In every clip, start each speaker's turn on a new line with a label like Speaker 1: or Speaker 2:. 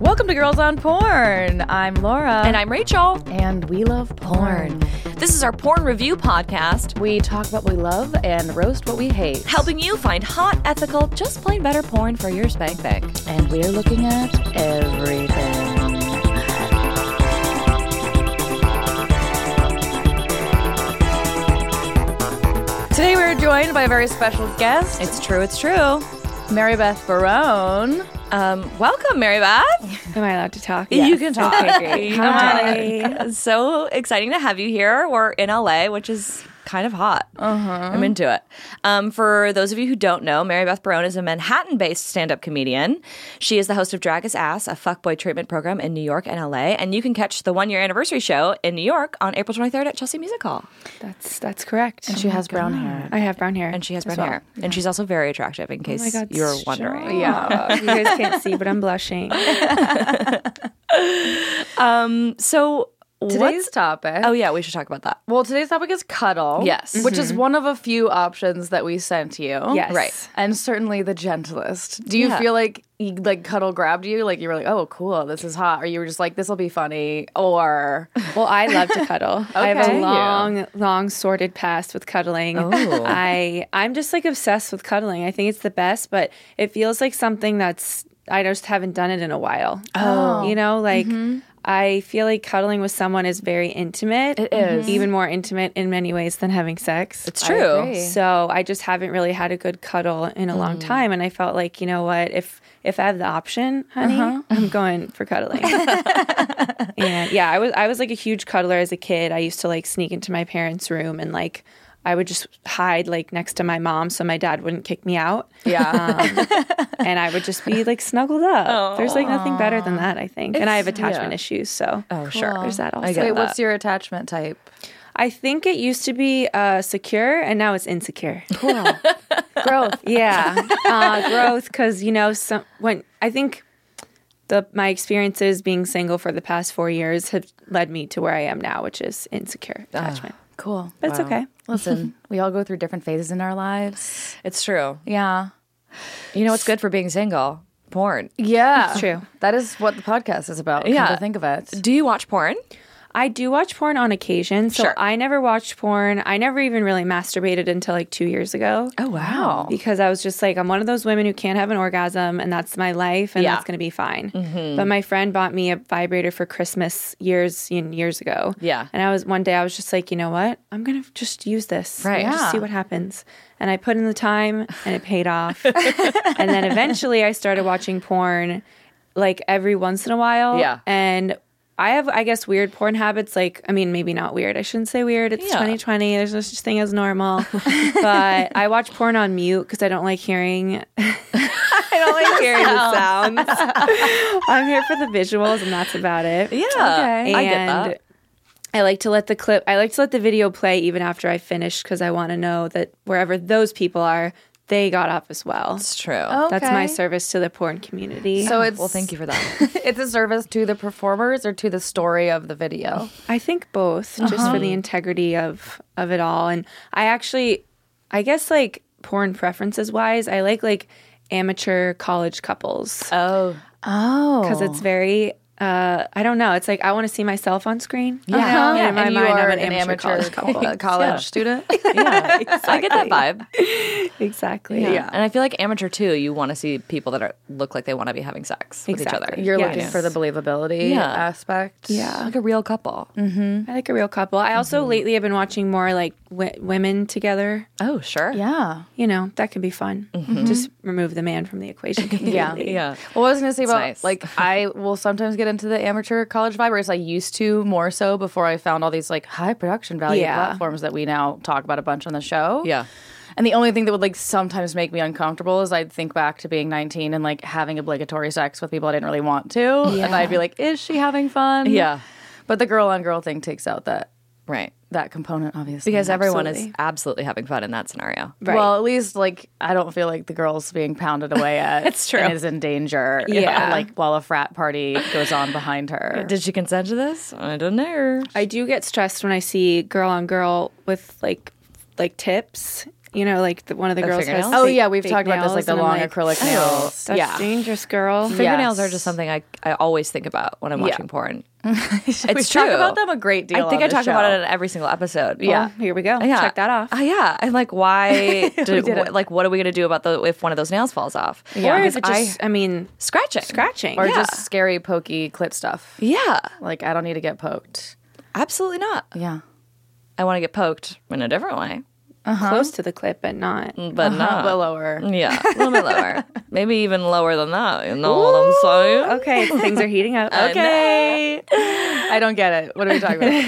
Speaker 1: Welcome to Girls on Porn. I'm Laura.
Speaker 2: And I'm Rachel.
Speaker 1: And we love porn.
Speaker 2: This is our porn review podcast,
Speaker 1: We talk what we love and roast what we hate.
Speaker 2: helping you find hot, ethical, just plain better porn for your spank bank.
Speaker 1: And we're looking at everything. Today we're joined by a very special guest.
Speaker 2: It's true, it's true.
Speaker 1: Mary Beth Barone.
Speaker 2: Um, welcome, Mary Beth.
Speaker 3: Am I allowed to talk?
Speaker 1: You can talk.
Speaker 2: Hi. So exciting to have you here. We're in LA, which is kind of hot. I'm into it. Um, for those of you who don't know, Mary Beth Barone is a Manhattan based stand up comedian. She is the host of Drag His Ass, a fuckboy treatment program in New York and LA. And you can catch the one year anniversary show in New York on April 23rd at Chelsea Music Hall.
Speaker 3: That's that's correct.
Speaker 1: She has brown hair.
Speaker 3: I have brown hair.
Speaker 2: And she has
Speaker 3: as
Speaker 2: brown
Speaker 3: well.
Speaker 2: hair. And she's also very attractive, in case
Speaker 3: God,
Speaker 2: you were
Speaker 3: shut
Speaker 2: wondering.
Speaker 3: up. you guys can't see, but I'm blushing.
Speaker 2: So
Speaker 4: Today's
Speaker 2: what's-
Speaker 4: topic.
Speaker 2: Oh yeah, we should talk about that.
Speaker 4: Well, today's topic is cuddle.
Speaker 2: Yes.
Speaker 4: Which
Speaker 3: Mm-hmm.
Speaker 4: is one of a few options that we sent you.
Speaker 3: Yes.
Speaker 2: Right.
Speaker 4: And certainly the gentlest. Do you feel like you, like cuddle grabbed you? Like you were like, oh, cool, this is hot. Or you were just like, this will be funny. Or
Speaker 3: Well, I love to cuddle. I have
Speaker 4: Okay.
Speaker 3: a long, long sordid past with cuddling. I I'm just like obsessed with cuddling. I think it's the best, but it feels like something that's I just haven't done it in a while. Oh, you know, like I feel like cuddling with someone is very intimate. It is even more intimate in many ways than having sex.
Speaker 2: It's true.
Speaker 3: So I just haven't really had a good cuddle in a long time, and I felt like you know what if if I have the option, honey, I'm going for cuddling. and yeah, I was I was like a huge cuddler as a kid. I used to like sneak into my parents' room and like. I would just hide like next to my mom so my dad wouldn't kick me out. Um,
Speaker 4: yeah.
Speaker 3: And I would just be like snuggled up. There's like nothing better than that, I think. and I have attachment issues. So oh, sure. there's that also.
Speaker 4: Wait, what's your attachment type?
Speaker 3: I think it used to be uh, secure and now it's insecure. Cool. growth. Yeah. Uh, growth because, you know, some, when I think the my experiences being single for the past four years have led me to where I am now, which is insecure attachment.
Speaker 4: Cool.
Speaker 3: but it's okay.
Speaker 4: Listen, we all go through different phases in our lives.
Speaker 2: It's true.
Speaker 4: Yeah.
Speaker 2: You know what's good for being single? Porn.
Speaker 4: Yeah.
Speaker 3: It's true.
Speaker 4: That is what the podcast is about.
Speaker 2: Yeah.
Speaker 4: Come to think of it.
Speaker 2: Do you watch porn?
Speaker 3: I do watch porn on occasion. So
Speaker 2: Sure.
Speaker 3: I never watched porn. I never even really masturbated until like two years ago.
Speaker 2: Oh wow.
Speaker 3: because I was just like, I'm one of those women who can't have an orgasm, and that's my life, and
Speaker 2: Yeah. Mm-hmm.
Speaker 3: that's going to be fine. But my friend bought me a vibrator for Christmas years and years ago.
Speaker 2: Yeah.
Speaker 3: and I was one day I was just like, you know what? I'm going to just use this,
Speaker 2: Right.
Speaker 3: and Just see what happens. And I put in the time, and it paid off. and then eventually, I started watching porn, like every once in a while.
Speaker 2: Yeah.
Speaker 3: and. I have, I guess, weird porn habits. Like, I mean, maybe not weird. I shouldn't say weird. It's
Speaker 2: Yeah.
Speaker 3: 2020. There's no such thing as normal. but I watch porn on mute because I don't like hearing. I don't like hearing the sounds. I'm here for the visuals, and that's about it. Yeah,
Speaker 2: Okay. I get that.
Speaker 3: I like to let the clip. I like to let the video play even after I finish because I want to know that wherever those people are, they got up as well.
Speaker 2: It's true.
Speaker 3: That's my service to the porn community.
Speaker 4: So it's
Speaker 2: Well, thank you for that.
Speaker 4: it's a service to the performers or to the story of the video.
Speaker 3: I think both, just for the integrity of of it all. And I actually, I guess, like porn preferences wise, I like like amateur college couples
Speaker 2: oh.
Speaker 4: Oh,
Speaker 3: because it's very. Uh, I don't know. It's like I want to see myself on screen. Yeah, in my
Speaker 4: and
Speaker 3: mind,
Speaker 4: you are
Speaker 3: I'm an, amateur, college couple.
Speaker 4: co- college student.
Speaker 2: Yeah. I get that vibe.
Speaker 3: exactly.
Speaker 2: And I feel like amateur too, you want to see people that are, look like they want to be having sex with each
Speaker 3: Exactly.
Speaker 2: other.
Speaker 4: You're
Speaker 3: Yes.
Speaker 4: looking for the believability
Speaker 2: Yeah.
Speaker 4: aspect.
Speaker 3: Yeah. Mm-hmm.
Speaker 2: like a real couple.
Speaker 3: I like a real couple. I also lately have been watching more like w- women together.
Speaker 2: Oh, sure.
Speaker 4: Yeah.
Speaker 3: You know, that can be fun. Just remove the man from the equation. Completely.
Speaker 4: Yeah. Well, I was gonna say about
Speaker 2: nice.
Speaker 4: like I will sometimes get get into the amateur college vibe, or as I used to more so before I found all these like high production value
Speaker 3: Yeah.
Speaker 4: platforms that we now talk about a bunch on the show.
Speaker 2: Yeah.
Speaker 4: And the only thing that would like sometimes make me uncomfortable is I'd think back to being 19 and like having obligatory sex with people I didn't really want to. And I'd be like, is she having fun?
Speaker 2: Yeah.
Speaker 4: But the girl on girl thing takes out that
Speaker 2: Right.
Speaker 4: that component obviously
Speaker 2: Because everyone is absolutely having fun in that scenario.
Speaker 4: Well, at least like I don't feel like the girl's being pounded away at. it's
Speaker 2: true.
Speaker 4: And is in danger. uh,
Speaker 3: Yeah.
Speaker 4: like while a frat party goes on behind her.
Speaker 2: Did she consent to this? I don't know.
Speaker 3: I do get stressed when I see girl on girl with like like tips. You know, like the, one of the, girls has.
Speaker 2: fingernails?
Speaker 4: oh
Speaker 3: fake-
Speaker 4: yeah, we've
Speaker 3: fake
Speaker 4: talked about this like
Speaker 3: nails,
Speaker 4: the
Speaker 3: and I'm
Speaker 4: long
Speaker 3: like, "Oh,
Speaker 4: acrylic nails.
Speaker 3: That's
Speaker 4: yeah.
Speaker 3: dangerous, girl.
Speaker 2: Fingernails
Speaker 4: Yes.
Speaker 2: are just something I, I always think about when I'm watching porn.
Speaker 4: we
Speaker 2: It's
Speaker 4: talk
Speaker 2: true.
Speaker 4: about them a great deal.
Speaker 2: I think
Speaker 4: on
Speaker 2: I
Speaker 4: this
Speaker 2: talked about
Speaker 4: show.
Speaker 2: it in every single episode.
Speaker 3: Yeah, here we go.
Speaker 2: Yeah.
Speaker 3: Check that off.
Speaker 2: Uh, yeah, and like, why? Did, wh- like, what are we gonna do about the if one of those nails falls off?
Speaker 3: Or
Speaker 2: Because
Speaker 3: if it just, I, mean,
Speaker 2: scratching,
Speaker 3: scratching.
Speaker 4: Or
Speaker 3: yeah.
Speaker 4: just scary pokey clit stuff.
Speaker 2: Yeah,
Speaker 4: Like I don't need to get poked.
Speaker 2: absolutely not.
Speaker 4: Yeah.
Speaker 2: I want to get poked in a different way,
Speaker 4: uh-huh.
Speaker 3: close to the clip, but not.
Speaker 2: but not.
Speaker 4: But Uh-huh, lower.
Speaker 2: yeah, a little bit lower. Maybe even lower than that. You know what I'm saying?
Speaker 3: Okay, things are heating up.
Speaker 2: Okay.
Speaker 4: I don't get it. What are we talking about?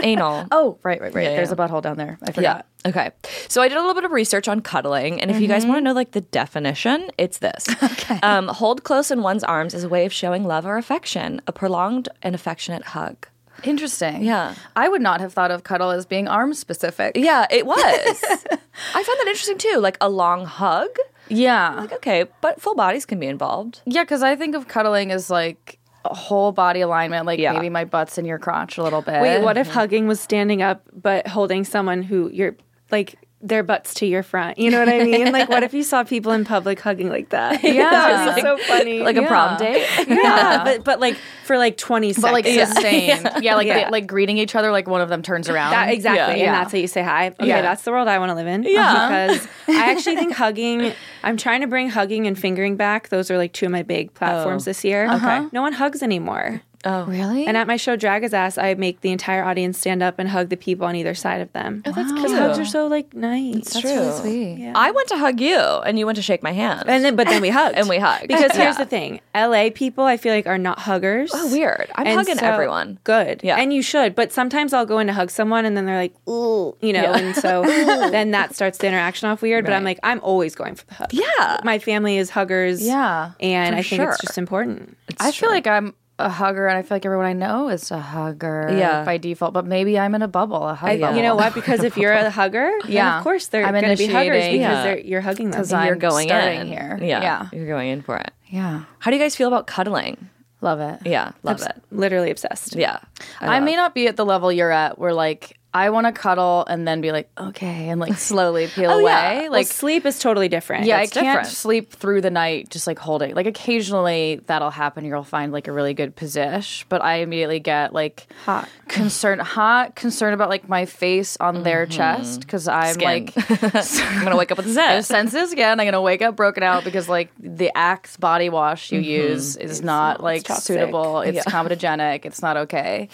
Speaker 2: Anal.
Speaker 4: oh, right, right, right.
Speaker 2: Yeah,
Speaker 4: There's
Speaker 2: yeah.
Speaker 4: a butthole down there. I forgot.
Speaker 2: Yeah. Okay. So I did a little bit of research on cuddling, and if you guys
Speaker 4: Mm-hmm.
Speaker 2: want to know like the definition, it's this: okay. um, hold close in one's arms is a way of showing love or affection, a prolonged and affectionate hug.
Speaker 4: Interesting.
Speaker 2: Yeah.
Speaker 4: I would not have thought of cuddle as being arm specific.
Speaker 2: Yeah, it was. I found that interesting too. Like a long hug.
Speaker 4: Yeah.
Speaker 2: Like okay, but full bodies can be involved.
Speaker 4: Yeah, because I think of cuddling as like a whole body alignment. Like
Speaker 2: Yeah.
Speaker 4: maybe my butt's in your crotch a little bit.
Speaker 3: Wait, what if hugging was standing up but holding someone who you're like their butts to your front? You know what I mean? like, what if you saw people in public hugging like that? Yeah, that would be so funny.
Speaker 2: Like a prom date.
Speaker 3: yeah, but but like for like twenty seconds.
Speaker 4: But like sustained. Yeah, like
Speaker 3: Yeah.
Speaker 4: they- like greeting each other. Like one of them turns around.
Speaker 3: That, exactly,
Speaker 4: Yeah.
Speaker 3: and that's how you say hi. Okay,
Speaker 4: Yeah.
Speaker 3: that's the world I want to live in. Yeah, because I actually think hugging. I'm trying to bring hugging and fingering back. Those are like two of my big platforms this year. Okay, no one hugs anymore.
Speaker 4: Oh, really?
Speaker 3: And at my show Drag His Ass, I make the entire audience stand up and hug the people on either side of them. Oh, that's Because hugs are so like nice. That's
Speaker 2: True. I went to hug you, and you went to shake my hand.
Speaker 3: And then, but then we hugged.
Speaker 2: And we hugged.
Speaker 3: Because
Speaker 2: Yeah.
Speaker 3: here's the thing: LA people, I feel like, are not huggers.
Speaker 2: Oh, weird. I'm hugging everyone.
Speaker 3: Good.
Speaker 2: Yeah.
Speaker 3: And you should. But sometimes I'll go in to hug someone, and then they're like, "Ooh," you know, and so then that starts the interaction off weird. But I'm like, I'm always going for the hug.
Speaker 2: Yeah.
Speaker 3: My family is huggers.
Speaker 4: Yeah,
Speaker 3: And
Speaker 2: for
Speaker 3: I think
Speaker 2: sure.
Speaker 3: it's just important.
Speaker 4: I feel like I'm a hugger, and I feel like everyone I know is a hugger.
Speaker 2: Yeah.
Speaker 4: by default. But maybe I'm in a bubble, a hug bubble.
Speaker 3: You know what? Because if you're a hugger, yeah,
Speaker 4: Yeah.
Speaker 3: of course they're
Speaker 4: I'm
Speaker 3: going to be huggers because
Speaker 4: initiating.
Speaker 2: Yeah.
Speaker 3: they're, you're hugging them.
Speaker 4: 'Cause I-
Speaker 2: you're
Speaker 4: I'm
Speaker 2: going
Speaker 4: starting
Speaker 2: in
Speaker 4: here.
Speaker 2: Yeah,
Speaker 4: Yeah.
Speaker 2: you're going in for it.
Speaker 4: Yeah,
Speaker 2: How do you guys feel about cuddling?
Speaker 4: love it.
Speaker 2: Yeah, love it.
Speaker 3: Literally obsessed.
Speaker 2: Yeah,
Speaker 4: I,
Speaker 2: love-
Speaker 4: may not be at the level you're at, where like I want to cuddle and then be like, okay, and like slowly peel
Speaker 3: Oh,
Speaker 4: away.
Speaker 2: yeah.
Speaker 4: Like
Speaker 3: Like sleep is totally different.
Speaker 4: Yeah, I
Speaker 3: It's
Speaker 4: can't
Speaker 3: different.
Speaker 4: sleep through the night just like holding. Like occasionally that'll happen. You'll find like a really good position, but I immediately get like
Speaker 3: Hot.
Speaker 4: concerned, hot concerned about like my face on their chest because I'm
Speaker 2: Skin.
Speaker 4: like
Speaker 2: I'm gonna wake up with a
Speaker 4: I
Speaker 2: zest.
Speaker 4: sense this again. I'm gonna wake up broken out because like the Axe body wash you use is Mm-hmm. not like
Speaker 3: toxic.
Speaker 4: suitable. It's comedogenic. It's not okay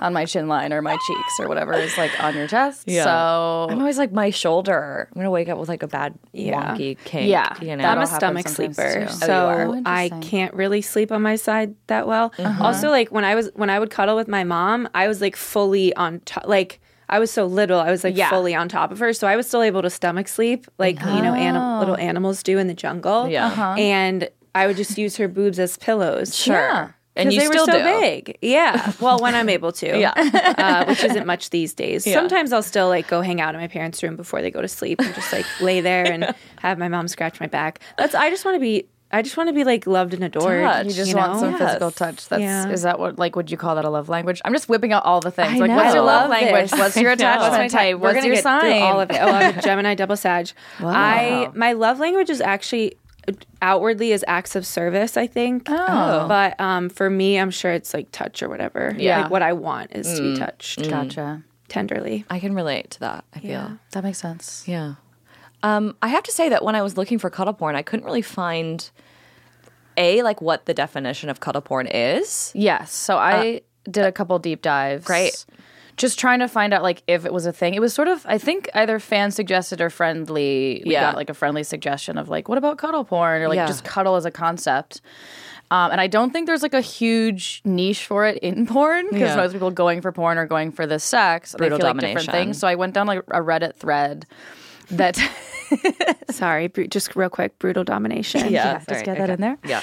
Speaker 4: on my chin line or my cheeks or whatever is like on your chest.
Speaker 2: Yeah.
Speaker 4: So
Speaker 2: I'm always like my shoulder. I'm gonna wake up with like a bad
Speaker 3: Yeah.
Speaker 2: wonky kink.
Speaker 4: Yeah.
Speaker 2: you know.
Speaker 3: I'm
Speaker 4: That'll
Speaker 3: a
Speaker 4: happen
Speaker 3: stomach
Speaker 4: sometimes,
Speaker 3: sleeper,
Speaker 4: too.
Speaker 3: so
Speaker 4: Oh,
Speaker 3: I
Speaker 4: interesting. Mm-hmm.
Speaker 3: can't really sleep on my side that well. Also, like when I was when I would cuddle with my mom, I was like fully on top. Like I was so little, I was like
Speaker 4: Yeah.
Speaker 3: fully on top of her, so I was still able to stomach sleep, like you know,
Speaker 4: Oh.
Speaker 3: anim- little animals do in the jungle.
Speaker 2: Yeah. Uh-huh.
Speaker 3: and I would just use her boobs as pillows.
Speaker 2: Sure. And
Speaker 3: 'Cause
Speaker 2: you
Speaker 3: they
Speaker 2: still
Speaker 3: were so
Speaker 2: do.
Speaker 3: big, yeah. Well, when I'm able to, yeah, uh, which isn't much these days. Sometimes I'll still like go hang out in my parents' room before they go to sleep and just like lay there and have my mom scratch my back. That's I just want to be. I just want to be like loved and adored.
Speaker 2: Touched.
Speaker 4: You just
Speaker 3: know?
Speaker 4: want some
Speaker 2: Yes.
Speaker 4: physical touch. That's
Speaker 3: Yeah.
Speaker 4: is that what like would you call that a love language? I'm just whipping out all the things. like
Speaker 2: know.
Speaker 4: what's your
Speaker 2: I
Speaker 4: love
Speaker 3: love
Speaker 4: language?
Speaker 3: this.
Speaker 4: What's your attachment
Speaker 3: What's my type? We're
Speaker 4: What's
Speaker 3: gonna
Speaker 4: your
Speaker 3: get through
Speaker 4: sign?
Speaker 3: all of it. Oh, I'm a Gemini double Sag. I my love language is actually uh, outwardly is acts of service. I think. Oh. But um, for me, I'm sure it's like touch or whatever.
Speaker 4: Yeah.
Speaker 3: Like what I want is to be touched
Speaker 4: Gotcha.
Speaker 3: tenderly.
Speaker 2: I can relate to that. I feel.
Speaker 4: That makes sense.
Speaker 2: Yeah. Um, I have to say that when I was looking for cuddle porn, I couldn't really find a like what the definition of cuddle porn is.
Speaker 4: Yes. So I did a couple deep dives.
Speaker 2: Uh, Great.
Speaker 4: Just trying to find out like if it was a thing. It was sort of I think either fan suggested or friendly. We
Speaker 2: Yeah.
Speaker 4: got like a friendly suggestion of like what about cuddle porn or like
Speaker 2: Yeah.
Speaker 4: just cuddle as a concept. Um, and I don't think there's like a huge niche for it in porn because
Speaker 2: Yeah.
Speaker 4: most people going for porn are going for the sex. and
Speaker 2: Brutal
Speaker 4: they feel like
Speaker 2: domination.
Speaker 4: different things. So I went down like a Reddit thread that.
Speaker 3: Sorry, bru- just real quick, brutal domination.
Speaker 2: Yeah.
Speaker 4: Just get that in there.
Speaker 2: Yeah.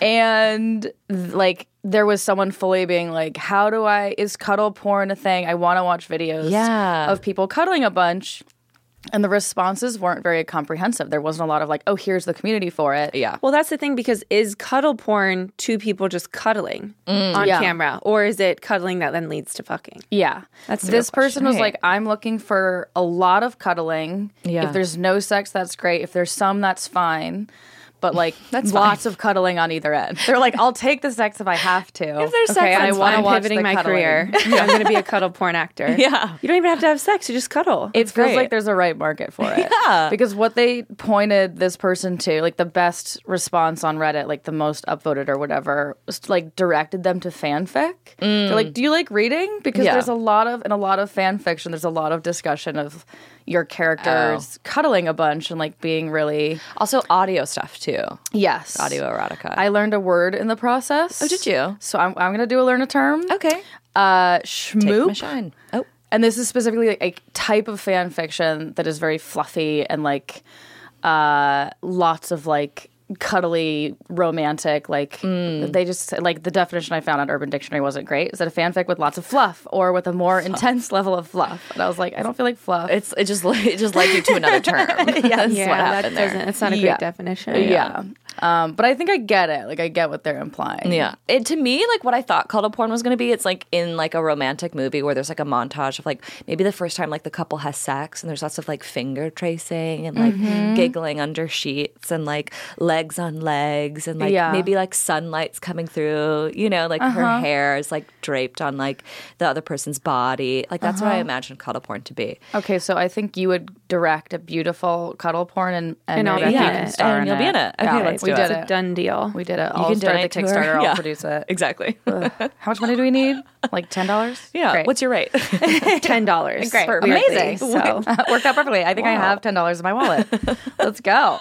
Speaker 4: and like there was someone fully being like how do i is cuddle porn a thing i want to watch videos
Speaker 2: Yeah.
Speaker 4: of people cuddling a bunch and the responses weren't very comprehensive there wasn't a lot of like oh here's the community for it
Speaker 2: Yeah.
Speaker 3: Well, that's the thing because is cuddle porn two people just cuddling on camera, or is it cuddling that then leads to fucking?
Speaker 4: yeah
Speaker 3: That's the real
Speaker 4: this person was
Speaker 2: Right.
Speaker 4: like i'm looking for a lot of cuddling
Speaker 2: Yeah.
Speaker 4: if there's no sex that's great if there's some that's fine but like lots of cuddling on either end they're like i'll take the sex if i have to if
Speaker 3: There's
Speaker 4: okay,
Speaker 3: sex,
Speaker 4: i
Speaker 3: that's
Speaker 4: want to
Speaker 3: fine. I'm
Speaker 4: watch
Speaker 3: pivoting
Speaker 4: the
Speaker 3: my
Speaker 4: cuddling.
Speaker 3: career. I'm going to be a cuddle porn actor.
Speaker 2: Yeah.
Speaker 3: you don't even have to have sex; you just cuddle.
Speaker 4: it feels
Speaker 2: great.
Speaker 4: like there's a right market for it. Yeah. Because what they pointed this person to, like the best response on Reddit, like the most upvoted or whatever, was like directed them to fanfic. They're like, do you like reading? Because
Speaker 2: Yeah.
Speaker 4: there's a lot of, in a lot of fan fiction, there's a lot of discussion of your characters cuddling a bunch and like being really,
Speaker 2: Also audio stuff too.
Speaker 4: yes.
Speaker 2: Audio erotica.
Speaker 4: I learned a word in the process. Oh,
Speaker 2: did you?
Speaker 4: So I'm, I'm going to do a learn a term.
Speaker 2: okay.
Speaker 4: Uh,
Speaker 2: Take my
Speaker 4: schmoop
Speaker 2: shine. Oh.
Speaker 4: and this is specifically like a type of fan fiction that is very fluffy and like uh lots of like cuddly romantic like
Speaker 2: Mm.
Speaker 4: they just like the definition i found on urban dictionary wasn't great is that a fanfic with lots of fluff or with a more intense level of fluff and i was like i don't feel like fluff
Speaker 2: It's it just it just led you to another term. yes,
Speaker 3: yeah,
Speaker 2: what
Speaker 3: that
Speaker 2: happened there.
Speaker 3: doesn't. It's not a great
Speaker 4: Yeah.
Speaker 3: definition.
Speaker 4: yeah, Um, but i think i get it like i get what they're implying
Speaker 2: Yeah. It to me, like what I thought cuddle porn was gonna be, it's like in like a romantic movie where there's like a montage of like maybe the first time like the couple has sex and there's lots of like finger tracing and like giggling under sheets and like legs on legs and like
Speaker 4: Yeah.
Speaker 2: maybe like sunlight's coming through, you know, like her hair is like draped on like the other person's body. Like that's what I imagine cuddle porn to be.
Speaker 4: okay so i think you would direct a beautiful cuddle porn and
Speaker 3: And
Speaker 4: and,
Speaker 3: I'll
Speaker 4: Meredith,
Speaker 3: be
Speaker 4: you
Speaker 3: in
Speaker 4: can
Speaker 3: it.
Speaker 4: star
Speaker 2: And
Speaker 4: in
Speaker 2: you'll be in it. Okay,
Speaker 4: Yeah,
Speaker 2: let's
Speaker 4: we
Speaker 2: do
Speaker 4: did
Speaker 3: it's a done deal.
Speaker 4: we did it
Speaker 2: You
Speaker 4: i'll
Speaker 2: can
Speaker 4: start
Speaker 2: donate
Speaker 4: the
Speaker 2: to her.
Speaker 4: kickstarter i'll
Speaker 2: Yeah.
Speaker 4: produce it
Speaker 2: Exactly.
Speaker 4: How much money do we need? Like ten dollars?
Speaker 2: yeah. What's your rate?
Speaker 3: Ten dollars.
Speaker 2: Great.
Speaker 4: amazing?
Speaker 3: So
Speaker 4: Worked out perfectly. I think I have ten dollars in my wallet. Let's go.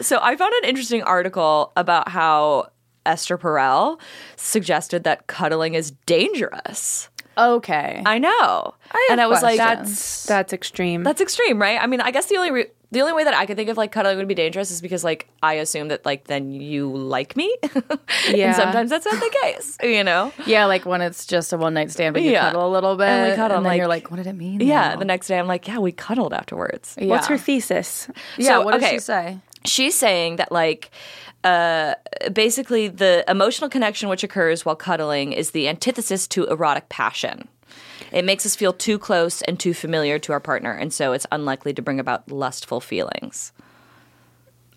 Speaker 2: So I found an interesting article about how Esther Perel suggested that cuddling is dangerous.
Speaker 4: Okay.
Speaker 2: I know. and I was like, that's
Speaker 4: questions.
Speaker 3: that's extreme.
Speaker 2: that's extreme, right? I mean, I guess the only re- the only way that I could think of like cuddling would be dangerous is because like I assume that like then you like me. and
Speaker 3: Yeah.
Speaker 2: sometimes that's not the case, you know.
Speaker 4: yeah, like when it's just a one night stand, but you
Speaker 2: Yeah.
Speaker 4: cuddle a little bit,
Speaker 2: And we cuddle,
Speaker 4: and then
Speaker 2: like-
Speaker 4: you're like, what did it mean?
Speaker 2: Yeah,
Speaker 4: though?
Speaker 2: the next day I'm like, yeah, we cuddled afterwards.
Speaker 4: yeah.
Speaker 3: What's her thesis?
Speaker 4: yeah?
Speaker 2: So,
Speaker 4: what did
Speaker 2: okay.
Speaker 4: she say?
Speaker 2: she's saying that like uh, basically the emotional connection which occurs while cuddling is the antithesis to erotic passion it makes us feel too close and too familiar to our partner and so it's unlikely to bring about lustful feelings